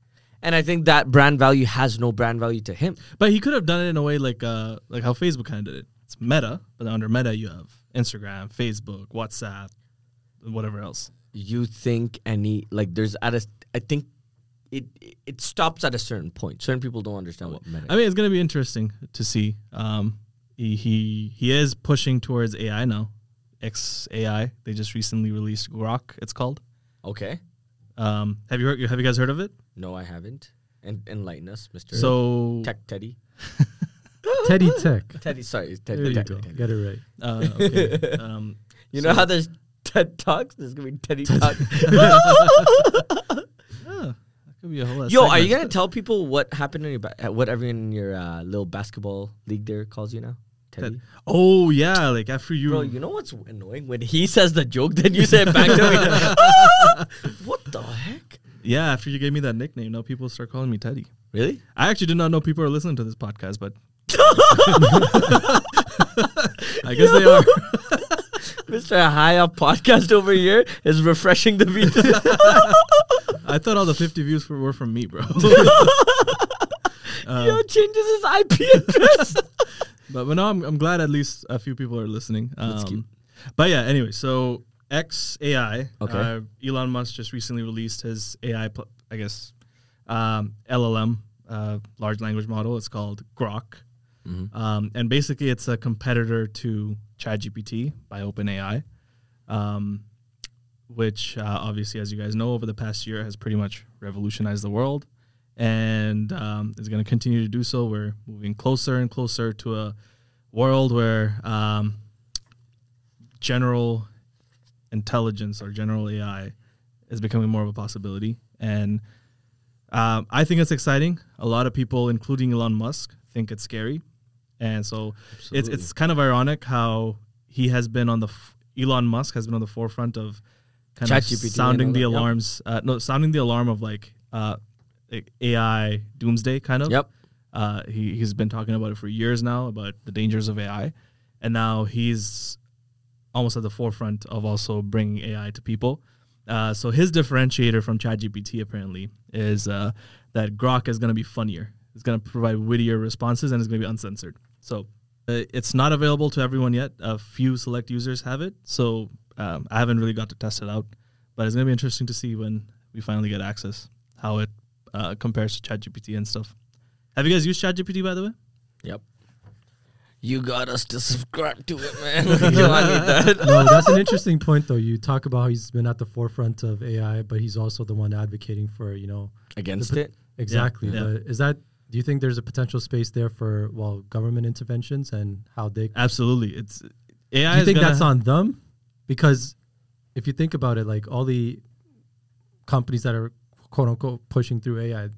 Speaker 1: And I think that brand value has no brand value to him.
Speaker 2: but he could have done it in a way like uh, like how Facebook kind of did it. It's Meta, but under Meta you have Instagram, Facebook, WhatsApp, and whatever else.
Speaker 1: you think any like there's at a I think it it stops at a certain point. Certain people don't understand what meta.
Speaker 2: Oh, I mean, it's gonna be interesting to see. Um, he he, he is pushing towards AI now. X AI. They just recently released Grok. It's called.
Speaker 1: okay,
Speaker 2: Um, have you heard, have you guys heard of it?
Speaker 1: no, I haven't. And enlighten us, Mister.
Speaker 2: So
Speaker 1: Tech Teddy,
Speaker 3: Teddy Tech.
Speaker 1: Teddy, sorry,
Speaker 3: There
Speaker 1: Teddy.
Speaker 3: you
Speaker 1: Tech,
Speaker 3: go.
Speaker 1: Teddy. You,
Speaker 3: Get it right.
Speaker 2: Uh, okay. um,
Speaker 1: know how there's TED talks? There's gonna be Teddy talk.
Speaker 2: oh, Could be a whole
Speaker 1: Yo, are you gonna tell people what happened in your ba- what everyone in your uh, little basketball league there calls you now? Teddy?
Speaker 2: Oh yeah, like after you,
Speaker 1: Bro, you know what's annoying when he says the joke, then you say it back to me. what the heck?
Speaker 2: yeah, after you gave me that nickname, now people start calling me Teddy.
Speaker 1: Really?
Speaker 2: I actually did not know people are listening to this podcast, but I guess they are.
Speaker 1: Mr. High Up podcast over here is refreshing the beat.
Speaker 2: I thought all the 50 views for, were from me, bro. Uh,
Speaker 1: Yo changes his IP address.
Speaker 2: But, but no, I'm, I'm glad at least a few people are listening. Um,
Speaker 1: That's cute.
Speaker 2: But yeah, anyway, so XAI,
Speaker 1: Okay.
Speaker 2: uh, Elon Musk just recently released his AI, pl- I guess, um, LLM, uh, large language model. It's called Grok.
Speaker 1: Mm-hmm.
Speaker 2: Um, and basically, it's a competitor to ChatGPT by OpenAI, um, which uh, obviously, as you guys know, over the past year has pretty much revolutionized the world and um, is going to continue to do so. We're moving closer and closer to a world where um, general intelligence or general AI is becoming more of a possibility. And um, I think it's exciting. A lot of people, including Elon Musk, think it's scary. And so it's,
Speaker 1: Absolutely.
Speaker 2: it's kind of ironic how he has been on the, f- Elon Musk has been on the forefront of kind of
Speaker 1: ChatGPT and
Speaker 2: sounding
Speaker 1: all
Speaker 2: the
Speaker 1: that, yep.
Speaker 2: alarms, uh, no, sounding the alarm of like uh, like AI doomsday kind of.
Speaker 1: Yep.
Speaker 2: Uh, he, he's been talking about it for years now about the dangers of AI. And now he's almost at the forefront of also bringing AI to people. Uh, so his differentiator from ChatGPT apparently is uh, that Grok is going to be funnier. It's going to provide wittier responses and it's going to be uncensored. So uh, it's not available to everyone yet. A few select users have it. So um, I haven't really got to test it out, but it's going to be interesting to see when we finally get access how it uh, compares to ChatGPT and stuff. Have you guys used ChatGPT by the way?
Speaker 1: Yep. You got us to subscribe to it, man. You don't need that.
Speaker 3: no, that's an interesting point, though. You talk about how he's been at the forefront of AI, but he's also the one advocating for, you know,
Speaker 1: Against it?
Speaker 3: exactly.
Speaker 2: yeah.
Speaker 3: But is that? Do you think there's a potential space there for well government interventions and how they?
Speaker 2: Absolutely. It's AI.
Speaker 3: Do you
Speaker 2: is
Speaker 3: think
Speaker 2: gonna-
Speaker 3: that's on them? Because if you think about it, like all the companies that are quote unquote pushing through AI,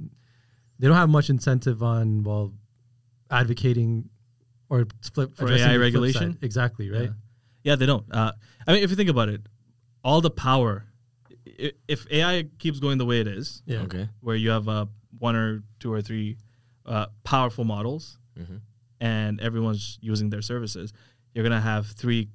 Speaker 3: they don't have much incentive on well advocating or flip
Speaker 2: For
Speaker 3: addressing
Speaker 2: AI
Speaker 3: the flip
Speaker 2: regulation?
Speaker 3: side. Exactly right.
Speaker 2: Yeah, they don't. Uh, I mean, if you think about it, all the power. i- If AI keeps going the way it is,
Speaker 3: Yeah.
Speaker 1: Okay.
Speaker 2: where you have uh, one or two or three uh, powerful models,
Speaker 1: Mhm.
Speaker 2: and everyone's using their services, you're gonna have three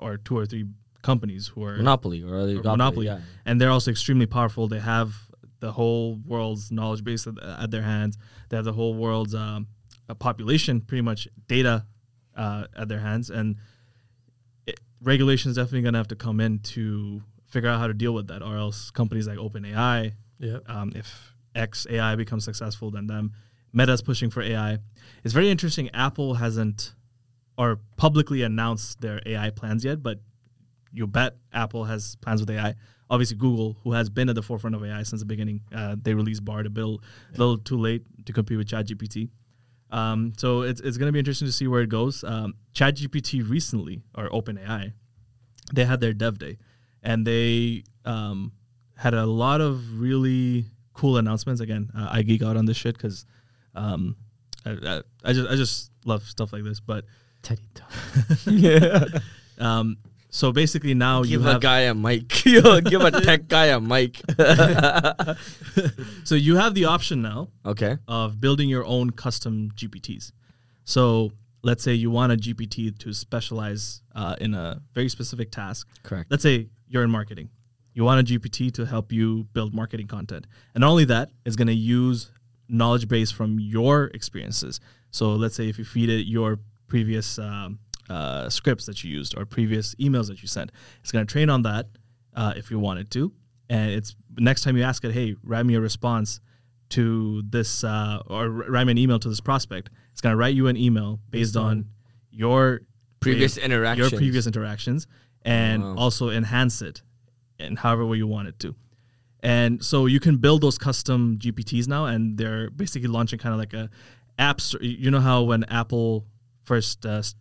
Speaker 2: or two or three companies who are
Speaker 1: Monopoly or
Speaker 2: or
Speaker 1: oligopoly.
Speaker 2: monopoly,
Speaker 1: yeah.
Speaker 2: and they're also extremely powerful. They have the whole world's knowledge base at, at their hands. They have the whole world's um, uh, population, pretty much data uh, at their hands, and it, regulation is definitely going to have to come in to figure out how to deal with that, or else companies like OpenAI,
Speaker 3: Yeah.
Speaker 2: um, if X AI becomes successful, then them. Meta's pushing for AI. It's very interesting. Apple hasn't or publicly announced their AI plans yet, but you bet Apple has plans with AI. Obviously, Google, who has been at the forefront of AI since the beginning, uh, they released Bar to Bill a little too late to compete with ChatGPT. Um, so it's, it's going to be interesting to see where it goes. Um, ChatGPT recently, or OpenAI, they had their Dev Day, and they um, had a lot of really cool announcements. Again, uh, I geek out on this shit because um, I, I, I just I just love stuff like this. But
Speaker 3: Teddy talk.
Speaker 2: um, so basically now you
Speaker 1: Give a
Speaker 2: have
Speaker 1: guy a mic. Yo, give a tech guy a mic.
Speaker 2: so you have the option now
Speaker 1: okay.
Speaker 2: of building your own custom GPTs. So let's say you want a GPT to specialize uh, in a very specific task.
Speaker 1: Correct.
Speaker 2: Let's say you're in marketing. You want a GPT to help you build marketing content. And not only that, it's going to use knowledge base from your experiences. So let's say if you feed it your previous um, uh, scripts that you used or previous emails that you sent, it's going to train on that uh, if you want it to. And it's next time you ask it, hey, write me a response to this uh, or write me an email to this prospect. It's going to write you an email based on your
Speaker 1: Previous interactions.
Speaker 2: your previous interactions and
Speaker 1: Wow.
Speaker 2: also enhance it in however way you want it to. And so you can build those custom GPTs now, and they're basically launching kind of like a app store. You know how when Apple first uh, s-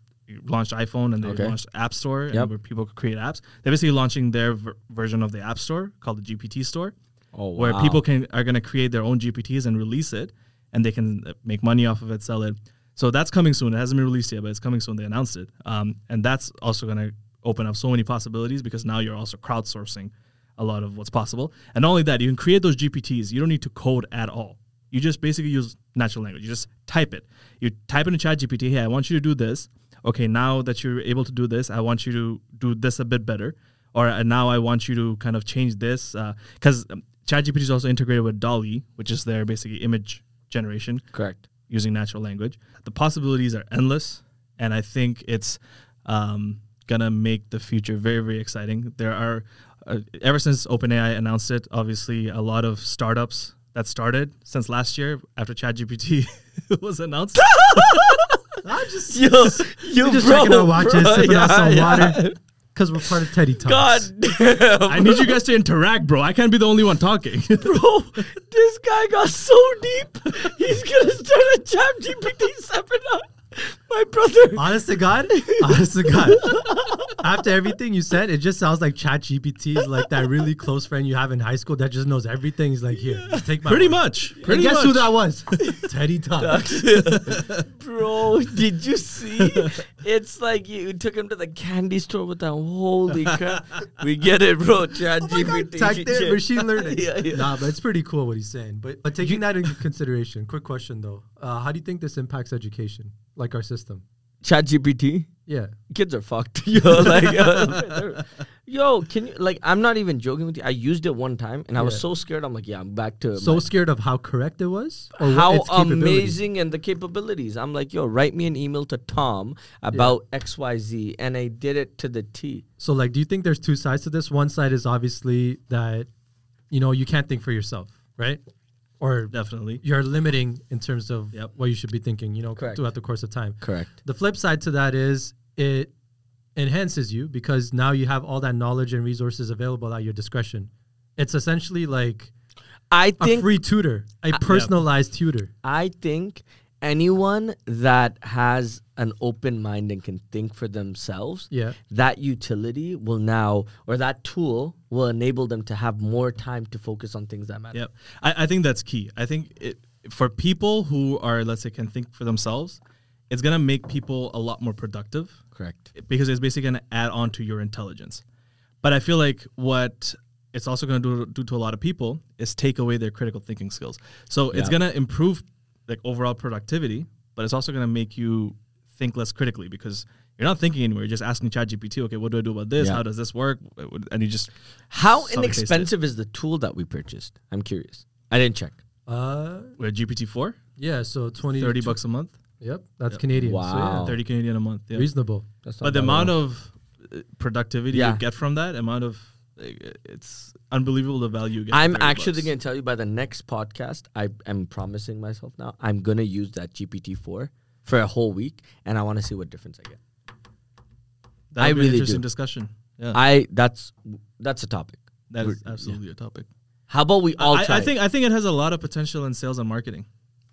Speaker 2: launched iPhone and they
Speaker 1: Okay.
Speaker 2: launched App Store,
Speaker 1: Yep.
Speaker 2: and where people could create apps, they're basically launching their ver- version of the App Store called the GPT Store.
Speaker 1: Oh,
Speaker 2: where
Speaker 1: wow.
Speaker 2: people can are going to create their own GPTs and release it, and they can uh, make money off of it, sell it. So that's coming soon. It hasn't been released yet, but it's coming soon. They announced it, um, and that's also going to open up so many possibilities because now you're also crowdsourcing a lot of what's possible. And not only that, you can create those GPTs. You don't need to code at all. You just basically use natural language. You just type it. You type into ChatGPT, hey, I want you to do this. Okay, now that you're able to do this, I want you to do this a bit better. Or uh, now I want you to kind of change this. Because um, ChatGPT is also integrated with DALL-E, which is their basically image generation
Speaker 1: Correct.
Speaker 2: using natural language. The possibilities are endless, and I think it's um, gonna make the future very, very exciting. There are, uh, ever since OpenAI announced it, obviously a lot of startups that started since last year after ChatGPT was announced.
Speaker 1: Yo, you
Speaker 3: just
Speaker 1: bro,
Speaker 3: checking our watches,
Speaker 1: bro,
Speaker 3: sipping on
Speaker 1: yeah,
Speaker 3: some
Speaker 1: yeah.
Speaker 3: water because we're part of Teddy Talks.
Speaker 1: God damn,
Speaker 2: I need you guys to interact, bro. I can't be the only one talking.
Speaker 1: bro. This guy got so deep. He's gonna start a chat GPT seminar. My brother.
Speaker 3: Honest to God, honest to God. After everything you said, it just sounds like Chat GPT is like that really close friend you have in high school that just knows everything. He's like, here, just take my.
Speaker 2: pretty
Speaker 3: word."
Speaker 2: much.
Speaker 3: And
Speaker 2: Pretty
Speaker 3: guess
Speaker 2: much.
Speaker 3: who that was? Teddy Talks.
Speaker 1: Bro, did you see? It's like you took him to the candy store with that. Holy crap. We get it, bro. Chat
Speaker 3: Oh my God,
Speaker 1: GPT.
Speaker 3: tech there, machine learning.
Speaker 1: Yeah, yeah.
Speaker 3: Nah, but it's pretty cool what he's saying. But but taking that into consideration, quick question though, uh, how do you think this impacts education, like our system?
Speaker 1: Chat GPT?
Speaker 3: Yeah,
Speaker 1: kids are fucked. Yo, like, uh, they're- yo, can you like? I'm not even joking with you. I used it one time, and I was
Speaker 3: Yeah.
Speaker 1: so scared. I'm like, yeah, I'm back to
Speaker 3: so
Speaker 1: my-
Speaker 3: scared of how correct it was. Or what
Speaker 1: how
Speaker 3: its capability.
Speaker 1: amazing and the capabilities. I'm like, yo, write me an email to Tom about X Y Z, and I did it to the T.
Speaker 3: So like, do you think there's two sides to this? One side is obviously that, you know, you can't think for yourself, right? Or
Speaker 2: Definitely.
Speaker 3: you're limiting in terms of
Speaker 2: Yep.
Speaker 3: what you should be thinking, you know,
Speaker 1: Correct.
Speaker 3: throughout the course of time.
Speaker 1: Correct.
Speaker 3: The flip side to that is it enhances you because now you have all that knowledge and resources available at your discretion. It's essentially like
Speaker 1: I
Speaker 3: a
Speaker 1: think
Speaker 3: free tutor, a personalized tutor.
Speaker 1: I think anyone that has an open mind and can think for themselves,
Speaker 3: Yeah.
Speaker 1: that utility will now or that tool will enable them to have more time to focus on things that matter.
Speaker 2: Yep. I, I think that's key. I think it, for people who are, let's say, can think for themselves, it's going to make people a lot more productive
Speaker 1: Correct.
Speaker 2: because it's basically going to add on to your intelligence. But I feel like what it's also going to do, do to a lot of people is take away their critical thinking skills. So it's
Speaker 1: Yeah.
Speaker 2: going to improve like overall productivity, but it's also going to make you think less critically because you're not thinking anymore. You're just asking ChatGPT, okay, what do I do about this?
Speaker 1: Yeah.
Speaker 2: How does this work? And you just
Speaker 1: How
Speaker 2: Somebody tasted it.
Speaker 1: inexpensive is the tool that we purchased? I'm curious. I didn't check.
Speaker 3: Uh,
Speaker 2: we're GPT four,
Speaker 3: yeah. So 20,
Speaker 2: 30 bucks a month,
Speaker 3: Yep. That's Canadian. So yeah,
Speaker 1: Wow.
Speaker 2: 30 Canadian a month. Yeah.
Speaker 3: reasonable.
Speaker 1: That's not
Speaker 2: but the
Speaker 1: bad at
Speaker 2: amount
Speaker 1: all.
Speaker 2: of uh, productivity
Speaker 1: Yeah.
Speaker 2: you get from that amount of like, it's unbelievable the value you get for
Speaker 1: I'm
Speaker 2: 30
Speaker 1: actually
Speaker 2: bucks.
Speaker 1: going to tell you by the next podcast. I am promising myself now. I'm going to use that GPT four for a whole week, and I want to see what difference I get.
Speaker 2: That'll
Speaker 1: I
Speaker 2: be
Speaker 1: really
Speaker 2: an interesting
Speaker 1: do.
Speaker 2: discussion yeah
Speaker 1: I that's that's a topic.
Speaker 2: that is
Speaker 1: we're-
Speaker 2: absolutely a topic
Speaker 1: How about we all
Speaker 2: I,
Speaker 1: try?
Speaker 2: I
Speaker 1: it?
Speaker 2: think i think it has a lot of potential in sales and marketing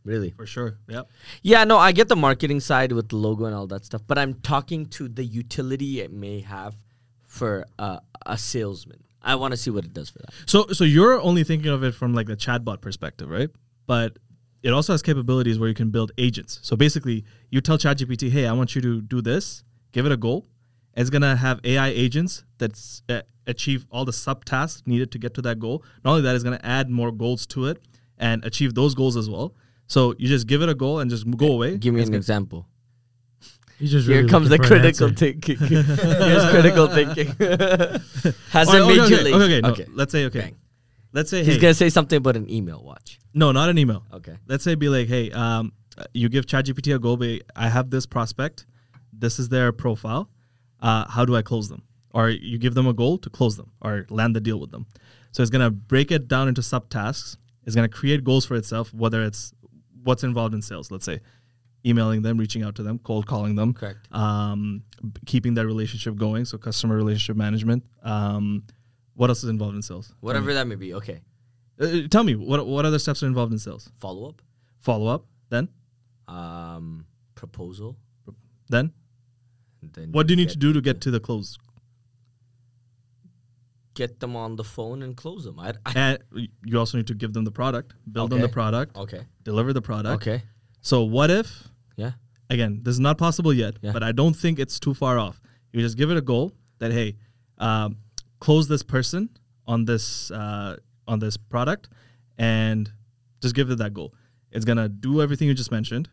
Speaker 1: really.
Speaker 2: for sure yeah
Speaker 1: Yeah, no, I get the marketing side with the logo and all that stuff, but I'm talking to the utility it may have for uh, a salesman. I want to see what it does for that.
Speaker 2: so so you're only thinking of it from like the chatbot perspective right but it also has capabilities where you can build agents so basically you tell chatgpt hey i want you to do this give it a goal it's going to have ai agents that's uh, achieve all the subtasks needed to get to that goal not only that it's going to add more goals to it and achieve those goals as well so you just give it a goal and just go away
Speaker 1: Give me
Speaker 2: It's
Speaker 1: an example.
Speaker 3: You just
Speaker 1: Here
Speaker 3: really
Speaker 1: comes the
Speaker 3: looking for an
Speaker 1: critical
Speaker 3: answer.
Speaker 1: thinking. Here's critical thinking. Has
Speaker 2: Oh,
Speaker 1: it made
Speaker 2: okay,
Speaker 1: you
Speaker 2: okay,
Speaker 1: lazy?
Speaker 2: okay, okay, no, Let's say okay.
Speaker 1: Bang.
Speaker 2: Let's say
Speaker 1: He's
Speaker 2: hey,
Speaker 1: gonna say something about an email. Watch.
Speaker 2: no, not an email.
Speaker 1: Okay.
Speaker 2: Let's say be like, hey, um, you give ChatGPT a go. Be I have this prospect. This is their profile. Uh, how do I close them? Or you give them a goal to close them or land the deal with them. So it's gonna break it down into subtasks. It's gonna create goals for itself, whether it's what's involved in sales. Let's say emailing them, reaching out to them, cold calling them,
Speaker 1: Correct.
Speaker 2: um, b- keeping that relationship going. So customer relationship management. Um, what else is involved in sales?
Speaker 1: Whatever that may be. Okay.
Speaker 2: Uh, tell me what what other steps are involved in sales?
Speaker 1: Follow up.
Speaker 2: Follow up, then,
Speaker 1: Um, proposal.
Speaker 2: then.
Speaker 1: Then
Speaker 2: What do you need to do to get to the close?
Speaker 1: get them on the phone and close them. I, I
Speaker 2: And you also need to give them the product, build them the
Speaker 1: Okay.
Speaker 2: product,
Speaker 1: okay,
Speaker 2: deliver the product.
Speaker 1: okay,
Speaker 2: So what if
Speaker 1: yeah,
Speaker 2: again, this is not possible yet,
Speaker 1: Yeah.
Speaker 2: but I don't think it's too far off. You just give it a goal that hey, um, close this person on this uh, on this product, and just give it that goal. It's gonna do everything you just mentioned,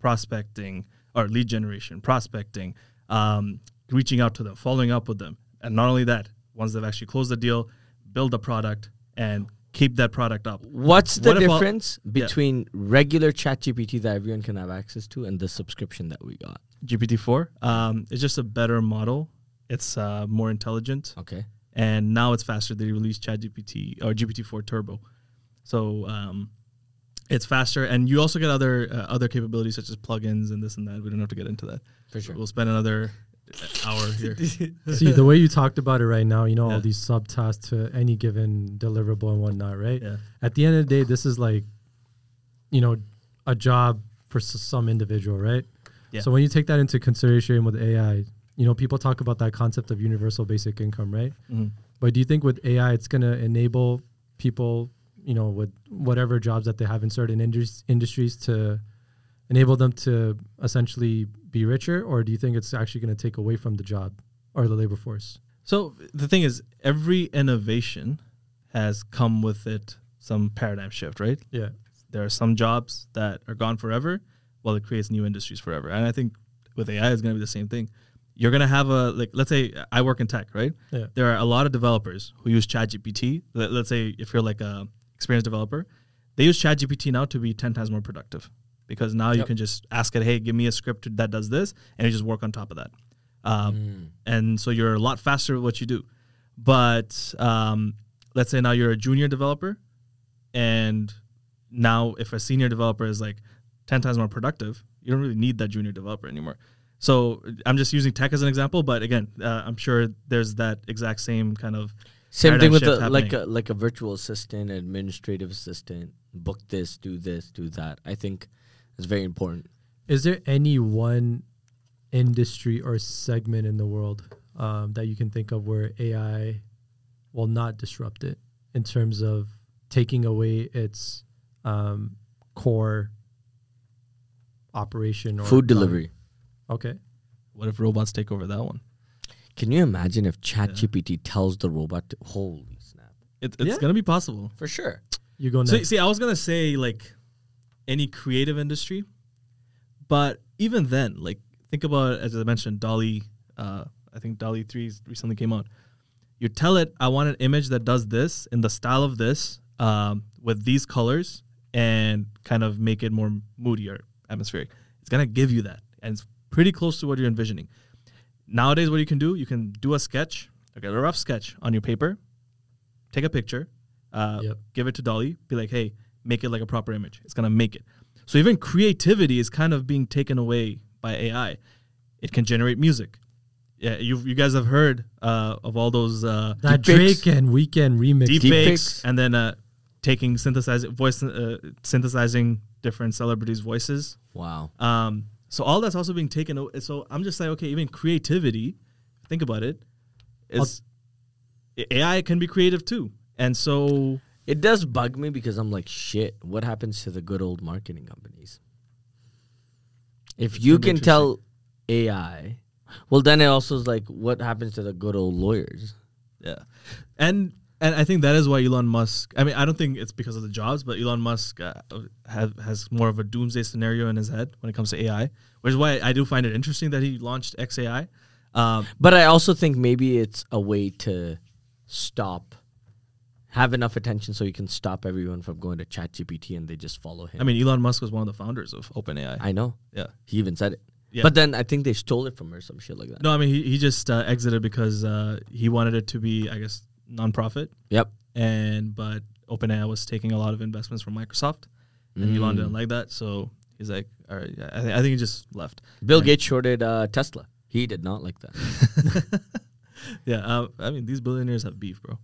Speaker 2: prospecting or lead generation, prospecting, um, reaching out to them, following up with them, and not only that, once they've actually closed the deal, build the product and keep that product up.
Speaker 1: What's the
Speaker 2: What if I'll-
Speaker 1: difference between regular ChatGPT that everyone can have access to and the subscription that we got?
Speaker 2: GPT four, um, it's just a better model. It's uh, more intelligent.
Speaker 1: Okay,
Speaker 2: and now it's faster. They released ChatGPT or GPT-4 Turbo, so um, it's faster. And you also get other uh, other capabilities such as plugins and this and that. We don't have to get into that.
Speaker 1: for sure.
Speaker 2: We'll spend another uh, hour here. Mm-hmm.
Speaker 3: See the way you talked about it right now, you know
Speaker 2: Yeah.
Speaker 3: all these subtasks to any given deliverable and whatnot, right?
Speaker 2: yeah,
Speaker 3: At the end of the day, this is like, you know, a job for s- some individual, right?
Speaker 2: Yeah.
Speaker 3: So when you take that into consideration with AI, you know, people talk about that concept of universal basic income, right?
Speaker 2: Mhm.
Speaker 3: But do you think with AI, it's going to enable people, you know, with whatever jobs that they have in certain indus- industries to enable them to essentially be richer? Or do you think it's actually going to take away from the job or the labor force?
Speaker 2: So the thing is, every innovation has come with it some paradigm shift, right?
Speaker 3: Yeah.
Speaker 2: There are some jobs that are gone forever, while it creates new industries forever. And I think with AI, it's going to be the same thing. You're going to have a like, let's say I work in tech, right?
Speaker 3: Yeah.
Speaker 2: there are a lot of developers who use ChatGPT. Let, let's say if you're like a experienced developer, they use ChatGPT now to be ten times more productive because now you
Speaker 1: Yep.
Speaker 2: can just ask it, hey, give me a script that does this, and you just work on top of that. Um, And so you're a lot faster at what you do. But um, let's say now you're a junior developer, and now if a senior developer is like ten times more productive, you don't really need that junior developer anymore. So I'm just using tech as an example, but again, uh, I'm sure there's that exact same kind of
Speaker 1: Same thing
Speaker 2: paradigm
Speaker 1: with
Speaker 2: shift
Speaker 1: the, like a
Speaker 2: happening.
Speaker 1: like a virtual assistant, administrative assistant. Book this, do this, do that. I think it's very important.
Speaker 3: Is there any one industry or segment in the world um, that you can think of where AI will not disrupt it in terms of taking away its um, core operation or
Speaker 1: Food delivery.
Speaker 3: Okay.
Speaker 2: what if robots take over that one?
Speaker 1: Can you imagine if ChatGPT tells the robot to holy snap?
Speaker 2: It, it's
Speaker 3: Yeah.
Speaker 2: gonna be possible.
Speaker 1: For sure.
Speaker 3: You go
Speaker 2: So
Speaker 3: next.
Speaker 2: see, I was gonna say like any creative industry, but even then, like think about as I mentioned, Dolly. Uh, I think Dolly three recently came out. You tell it, I want an image that does this in the style of this, um, with these colors, and kind of make it more moody or atmospheric. It's gonna give you that, and it's pretty close to what you're envisioning. Nowadays, what you can do, you can do a sketch, okay, a rough sketch on your paper, take a picture, uh,
Speaker 3: Yep.
Speaker 2: give it to Dolly, be like, hey, make it like a proper image. It's gonna make it. So even creativity is kind of being taken away by AI. It can generate music. Yeah, you you guys have heard uh, of all those uh,
Speaker 3: that
Speaker 1: deepfakes.
Speaker 3: Drake and Weekend remix.
Speaker 2: deep,
Speaker 1: Deep
Speaker 2: fakes,
Speaker 1: fakes.
Speaker 2: and then uh, taking synthesizing voice uh, synthesizing different celebrities' voices.
Speaker 1: Wow.
Speaker 2: Um, so all that's also being taken. away. So I'm just like, okay, even creativity. Think about it. Is AI can be creative too, and so
Speaker 1: It does bug me because I'm like, shit, what happens to the good old marketing companies? If you
Speaker 2: gonna be
Speaker 1: can tell AI, well, then it also is like, what happens to the good old lawyers?
Speaker 2: Yeah, and and I think that is why Elon Musk. I mean, I don't think it's because of the jobs, but Elon Musk uh, have, has more of a doomsday scenario in his head when it comes to AI, which is why I do find it interesting that he launched XAI. Um,
Speaker 1: But I also think maybe it's a way to stop, have enough attention so you can stop everyone from going to ChatGPT and they just follow him.
Speaker 2: I mean, Elon Musk was one of the founders of OpenAI.
Speaker 1: I know.
Speaker 2: yeah.
Speaker 1: He even said it.
Speaker 2: Yeah.
Speaker 1: But then I think they stole it from her, some shit like that.
Speaker 2: No, I mean he, he just uh, exited because uh, he wanted it to be, I guess, nonprofit,
Speaker 1: Yep.
Speaker 2: and but OpenAI was taking a lot of investments from Microsoft, and Elon
Speaker 3: Mm.
Speaker 2: didn't like that, so he's like, all right, yeah, I, th- I think he just left.
Speaker 1: Bill Gates shorted uh, Tesla. He did not like that.
Speaker 2: Yeah, uh, I mean these billionaires have beef, bro.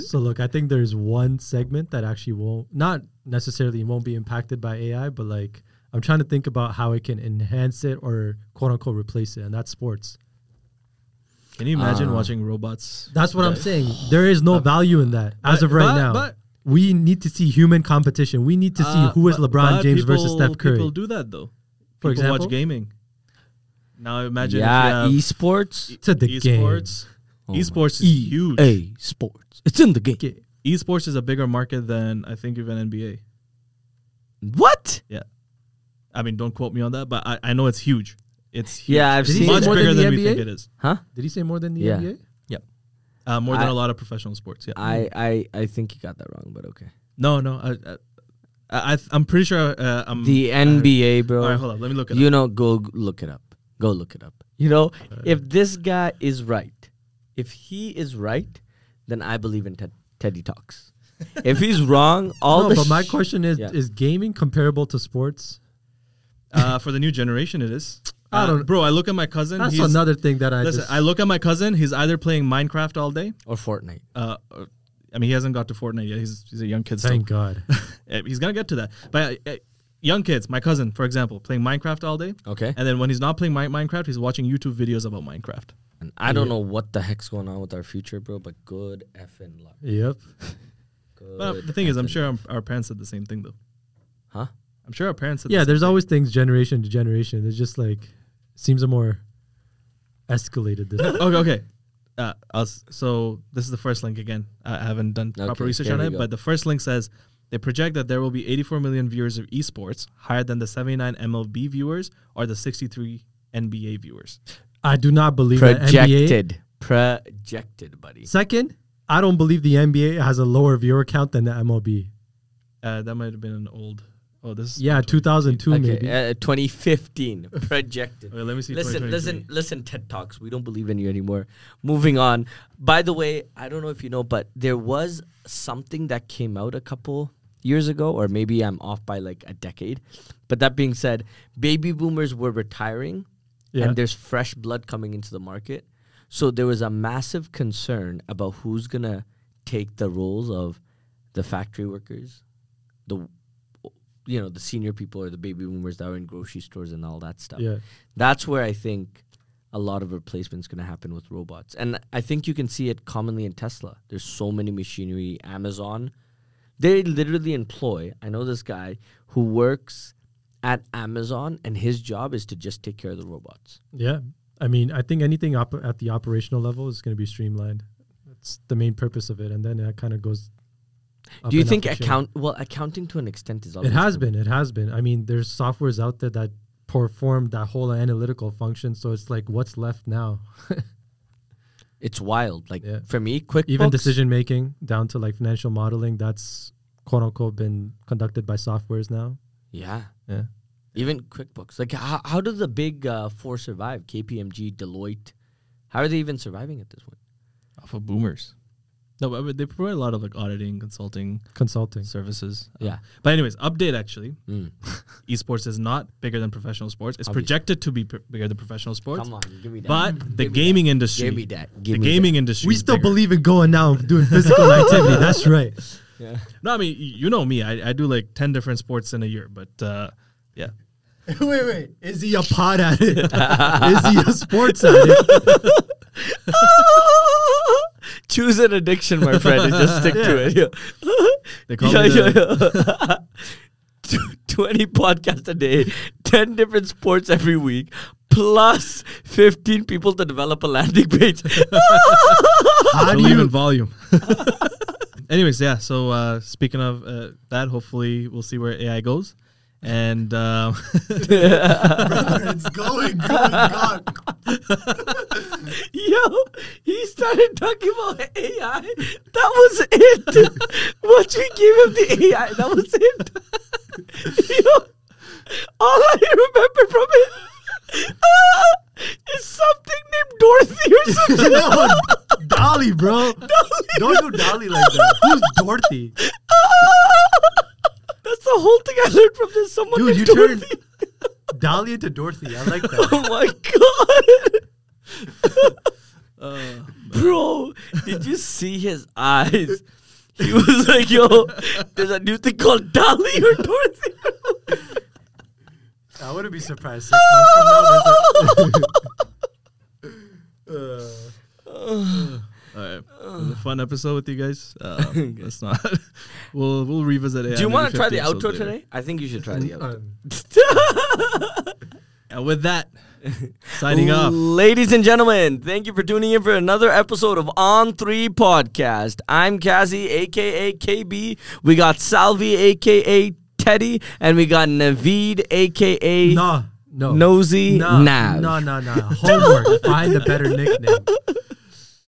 Speaker 3: so look, I think there's one segment that actually won't not necessarily won't be impacted by AI, but like I'm trying to think about how it can enhance it or quote unquote replace it, and that's sports.
Speaker 2: Can you imagine
Speaker 1: Uh,
Speaker 2: watching robots?
Speaker 3: That's what I'm
Speaker 2: Right.
Speaker 3: saying. There is no value in that as
Speaker 2: But-
Speaker 3: of right
Speaker 2: but-
Speaker 3: now.
Speaker 2: but-
Speaker 3: we need to see human competition. We need to see
Speaker 2: Uh,
Speaker 3: who is
Speaker 2: but-
Speaker 3: LeBron
Speaker 2: but
Speaker 3: James versus
Speaker 2: people-
Speaker 3: Steph Curry.
Speaker 2: People do that though.
Speaker 3: For
Speaker 2: people
Speaker 3: example?
Speaker 2: watch gaming. Now imagine
Speaker 1: yeah,
Speaker 2: if you have e-,
Speaker 1: esports.
Speaker 3: to the game. E
Speaker 2: esports.
Speaker 1: Oh my-
Speaker 2: esports is huge.
Speaker 1: EA sports. It's in the game.
Speaker 3: Okay.
Speaker 2: Esports is a bigger market than I think even NBA.
Speaker 1: What?
Speaker 2: I mean, don't quote me on that, but I, I know it's huge. It's huge.
Speaker 1: Yeah, I've
Speaker 3: Did he
Speaker 1: seen.
Speaker 3: say
Speaker 2: much
Speaker 1: that.
Speaker 3: more
Speaker 2: bigger
Speaker 3: than the
Speaker 2: than we think
Speaker 3: NBA?
Speaker 2: it is.
Speaker 1: Huh?
Speaker 3: Did he say more than the
Speaker 1: Yeah.
Speaker 3: NBA?
Speaker 2: Uh, more than
Speaker 1: I-
Speaker 2: a lot of professional sports. Yeah.
Speaker 1: I I I think you got that wrong, but okay.
Speaker 2: no, no. I, I, I I'm pretty sure. Uh, I'm
Speaker 1: The
Speaker 2: I-
Speaker 1: NBA, bro.
Speaker 2: All right, hold on. Let me look it
Speaker 1: you
Speaker 2: up.
Speaker 1: know, go g- look it up. Go look it up. You know, if this guy is right, if he is right, then I believe in Ted- Teddy Talks. if he's wrong, all
Speaker 3: no,
Speaker 1: the
Speaker 3: but my
Speaker 1: sh-
Speaker 3: question is:
Speaker 1: Yeah.
Speaker 3: Is gaming comparable to sports?
Speaker 2: Uh, for the new generation, it is.
Speaker 3: I
Speaker 2: Uh,
Speaker 3: don't-
Speaker 2: Bro, I look at my cousin.
Speaker 3: That's
Speaker 2: he's,
Speaker 3: another thing that I
Speaker 2: Listen,
Speaker 3: just.
Speaker 2: I look at my cousin. He's either playing Minecraft all day.
Speaker 1: or Fortnite.
Speaker 2: Uh, or- I mean, he hasn't got to Fortnite yet. He's, he's a young kid still.
Speaker 3: thank God.
Speaker 2: Uh, He's gonna get to that. But uh, uh, young kids, my cousin, for example, playing Minecraft all day.
Speaker 1: Okay,
Speaker 2: And then when he's not playing Mi- Minecraft, he's watching YouTube videos about Minecraft.
Speaker 1: and I don't know what the heck's going on with our future, bro. But good effing luck.
Speaker 3: yep.
Speaker 1: Good
Speaker 2: But uh, the thing is, I'm
Speaker 1: effing-
Speaker 2: sure our- our parents said the same thing though.
Speaker 1: Huh?
Speaker 2: I'm sure our parents. Said the
Speaker 3: Yeah,
Speaker 2: same
Speaker 3: there's
Speaker 2: thing.
Speaker 3: always things generation to generation. It's just like seems a more escalated this.
Speaker 2: okay, okay. Uh, I was, so this is the first link again. I I haven't done
Speaker 1: Okay,
Speaker 2: proper research
Speaker 1: here
Speaker 2: on
Speaker 1: we
Speaker 2: it,
Speaker 1: go.
Speaker 2: but the first link says they project that there will be 84 million viewers of esports, higher than the 79 MLB viewers or the 63 NBA viewers.
Speaker 3: I do not believe that NBA
Speaker 1: projected, projected, buddy.
Speaker 3: Second, I don't believe the NBA has a lower viewer count than the MLB.
Speaker 2: Uh, that might have been an old. Oh, this. is
Speaker 3: Yeah, 2002 maybe.
Speaker 1: Okay, uh, 2015 projected.
Speaker 2: Okay, let me see.
Speaker 1: Listen,
Speaker 2: 2023.
Speaker 1: listen, listen, TED Talks. We don't believe in you anymore. Moving on. By the way, I don't know if you know, but there was something that came out a couple years ago, or maybe I'm off by like a decade. But that being said, baby boomers were retiring
Speaker 3: Yeah.
Speaker 1: and there's fresh blood coming into the market. So there was a massive concern about who's going to take the roles of the factory workers, the you know, the senior people or the baby boomers that are in grocery stores and all that stuff
Speaker 3: yeah.
Speaker 1: that's where I think a lot of replacement's going to happen with robots. And I think you can see it commonly in Tesla. There's so many machinery, Amazon. They literally employ, I know this guy who works at Amazon and his job is to just take care of the robots.
Speaker 3: Yeah. I mean, I think anything op- at the operational level is going to be streamlined. That's the main purpose of it and then it kind of goes up
Speaker 1: Do you
Speaker 3: and up
Speaker 1: think
Speaker 3: the chain.
Speaker 1: account well accounting to an extent is all
Speaker 3: It has been. It has been. I mean, there's softwares out there that perform that whole analytical function, so it's like what's left now?
Speaker 1: it's wild. Like
Speaker 3: Yeah.
Speaker 1: for me, QuickBooks
Speaker 3: Even decision making down to like financial modeling that's quote unquote been conducted by softwares now.
Speaker 1: Yeah.
Speaker 3: Yeah.
Speaker 1: Even QuickBooks. Like how, how do the big uh, four survive? KPMG, Deloitte. How are they even surviving at this point?
Speaker 2: off of boomers. No, but but they provide a lot of like auditing, consulting
Speaker 3: Consulting.
Speaker 2: services. Uh,
Speaker 1: Yeah.
Speaker 2: but anyways, update actually,
Speaker 1: Mm.
Speaker 2: esports is not bigger than professional sports. It's
Speaker 1: Obviously.
Speaker 2: projected to be pr- bigger than professional sports.
Speaker 1: Come on, give me that.
Speaker 2: But the
Speaker 1: Give me
Speaker 2: gaming industry,
Speaker 1: Give me that. Give
Speaker 2: the
Speaker 1: me
Speaker 2: gaming industry,
Speaker 3: We
Speaker 2: is
Speaker 3: still
Speaker 2: bigger.
Speaker 3: believe in going out and doing physical activity. That's right.
Speaker 2: No, I mean y- you know me. I, I do like ten different sports in a year, but uh, yeah,
Speaker 3: wait, wait. Is he a pod addict? Is he a sports addict?
Speaker 1: Choose an addiction, my friend, and just stick to it.
Speaker 2: they call
Speaker 1: Yeah,
Speaker 2: me
Speaker 1: yeah,
Speaker 2: the,
Speaker 1: yeah. Tw- 20 podcasts a day, 10 different sports every week, plus 15 people to develop a landing page.
Speaker 2: I
Speaker 3: How do
Speaker 2: believe in
Speaker 3: you?
Speaker 2: volume. anyways, yeah. So uh, speaking of uh, that, hopefully we'll see where AI goes, and uh,
Speaker 3: It's going, going, going.
Speaker 1: Yo, he started talking about AI. That was it. Once we gave him the AI, that was it. Yo, all I remember from it is something named Dorothy or something.
Speaker 3: No, Dolly, bro. Don't do Dolly like that. Who's Dorothy?
Speaker 1: That's the whole thing I learned from this. Someone
Speaker 3: Dude, you
Speaker 1: named
Speaker 3: turned
Speaker 1: Dorothy.
Speaker 3: Dolly into Dorothy. I like that.
Speaker 1: Oh my god.
Speaker 2: uh,
Speaker 1: Bro, did you see his eyes? He was like, yo, there's a new thing called Dolly or Dorothy.
Speaker 3: I wouldn't be surprised. Six months from now, there's a. Uh,
Speaker 2: All right, it was a fun episode with you guys. Uh, let's not. we'll we'll revisit it.
Speaker 1: Do you
Speaker 2: want
Speaker 1: want to try the outro today? I think you should try the outro.
Speaker 3: Um,
Speaker 2: And with that, signing off.
Speaker 1: Ladies and gentlemen, thank you for tuning in for another episode of On 3 Podcast. I'm Kazi, aka KB. We got Salvi, aka Teddy, and we got Naveed, aka
Speaker 3: nah, no.
Speaker 1: Nosy
Speaker 3: Nah,
Speaker 1: Nav.
Speaker 3: No, no, no. Homework. Find a better nickname.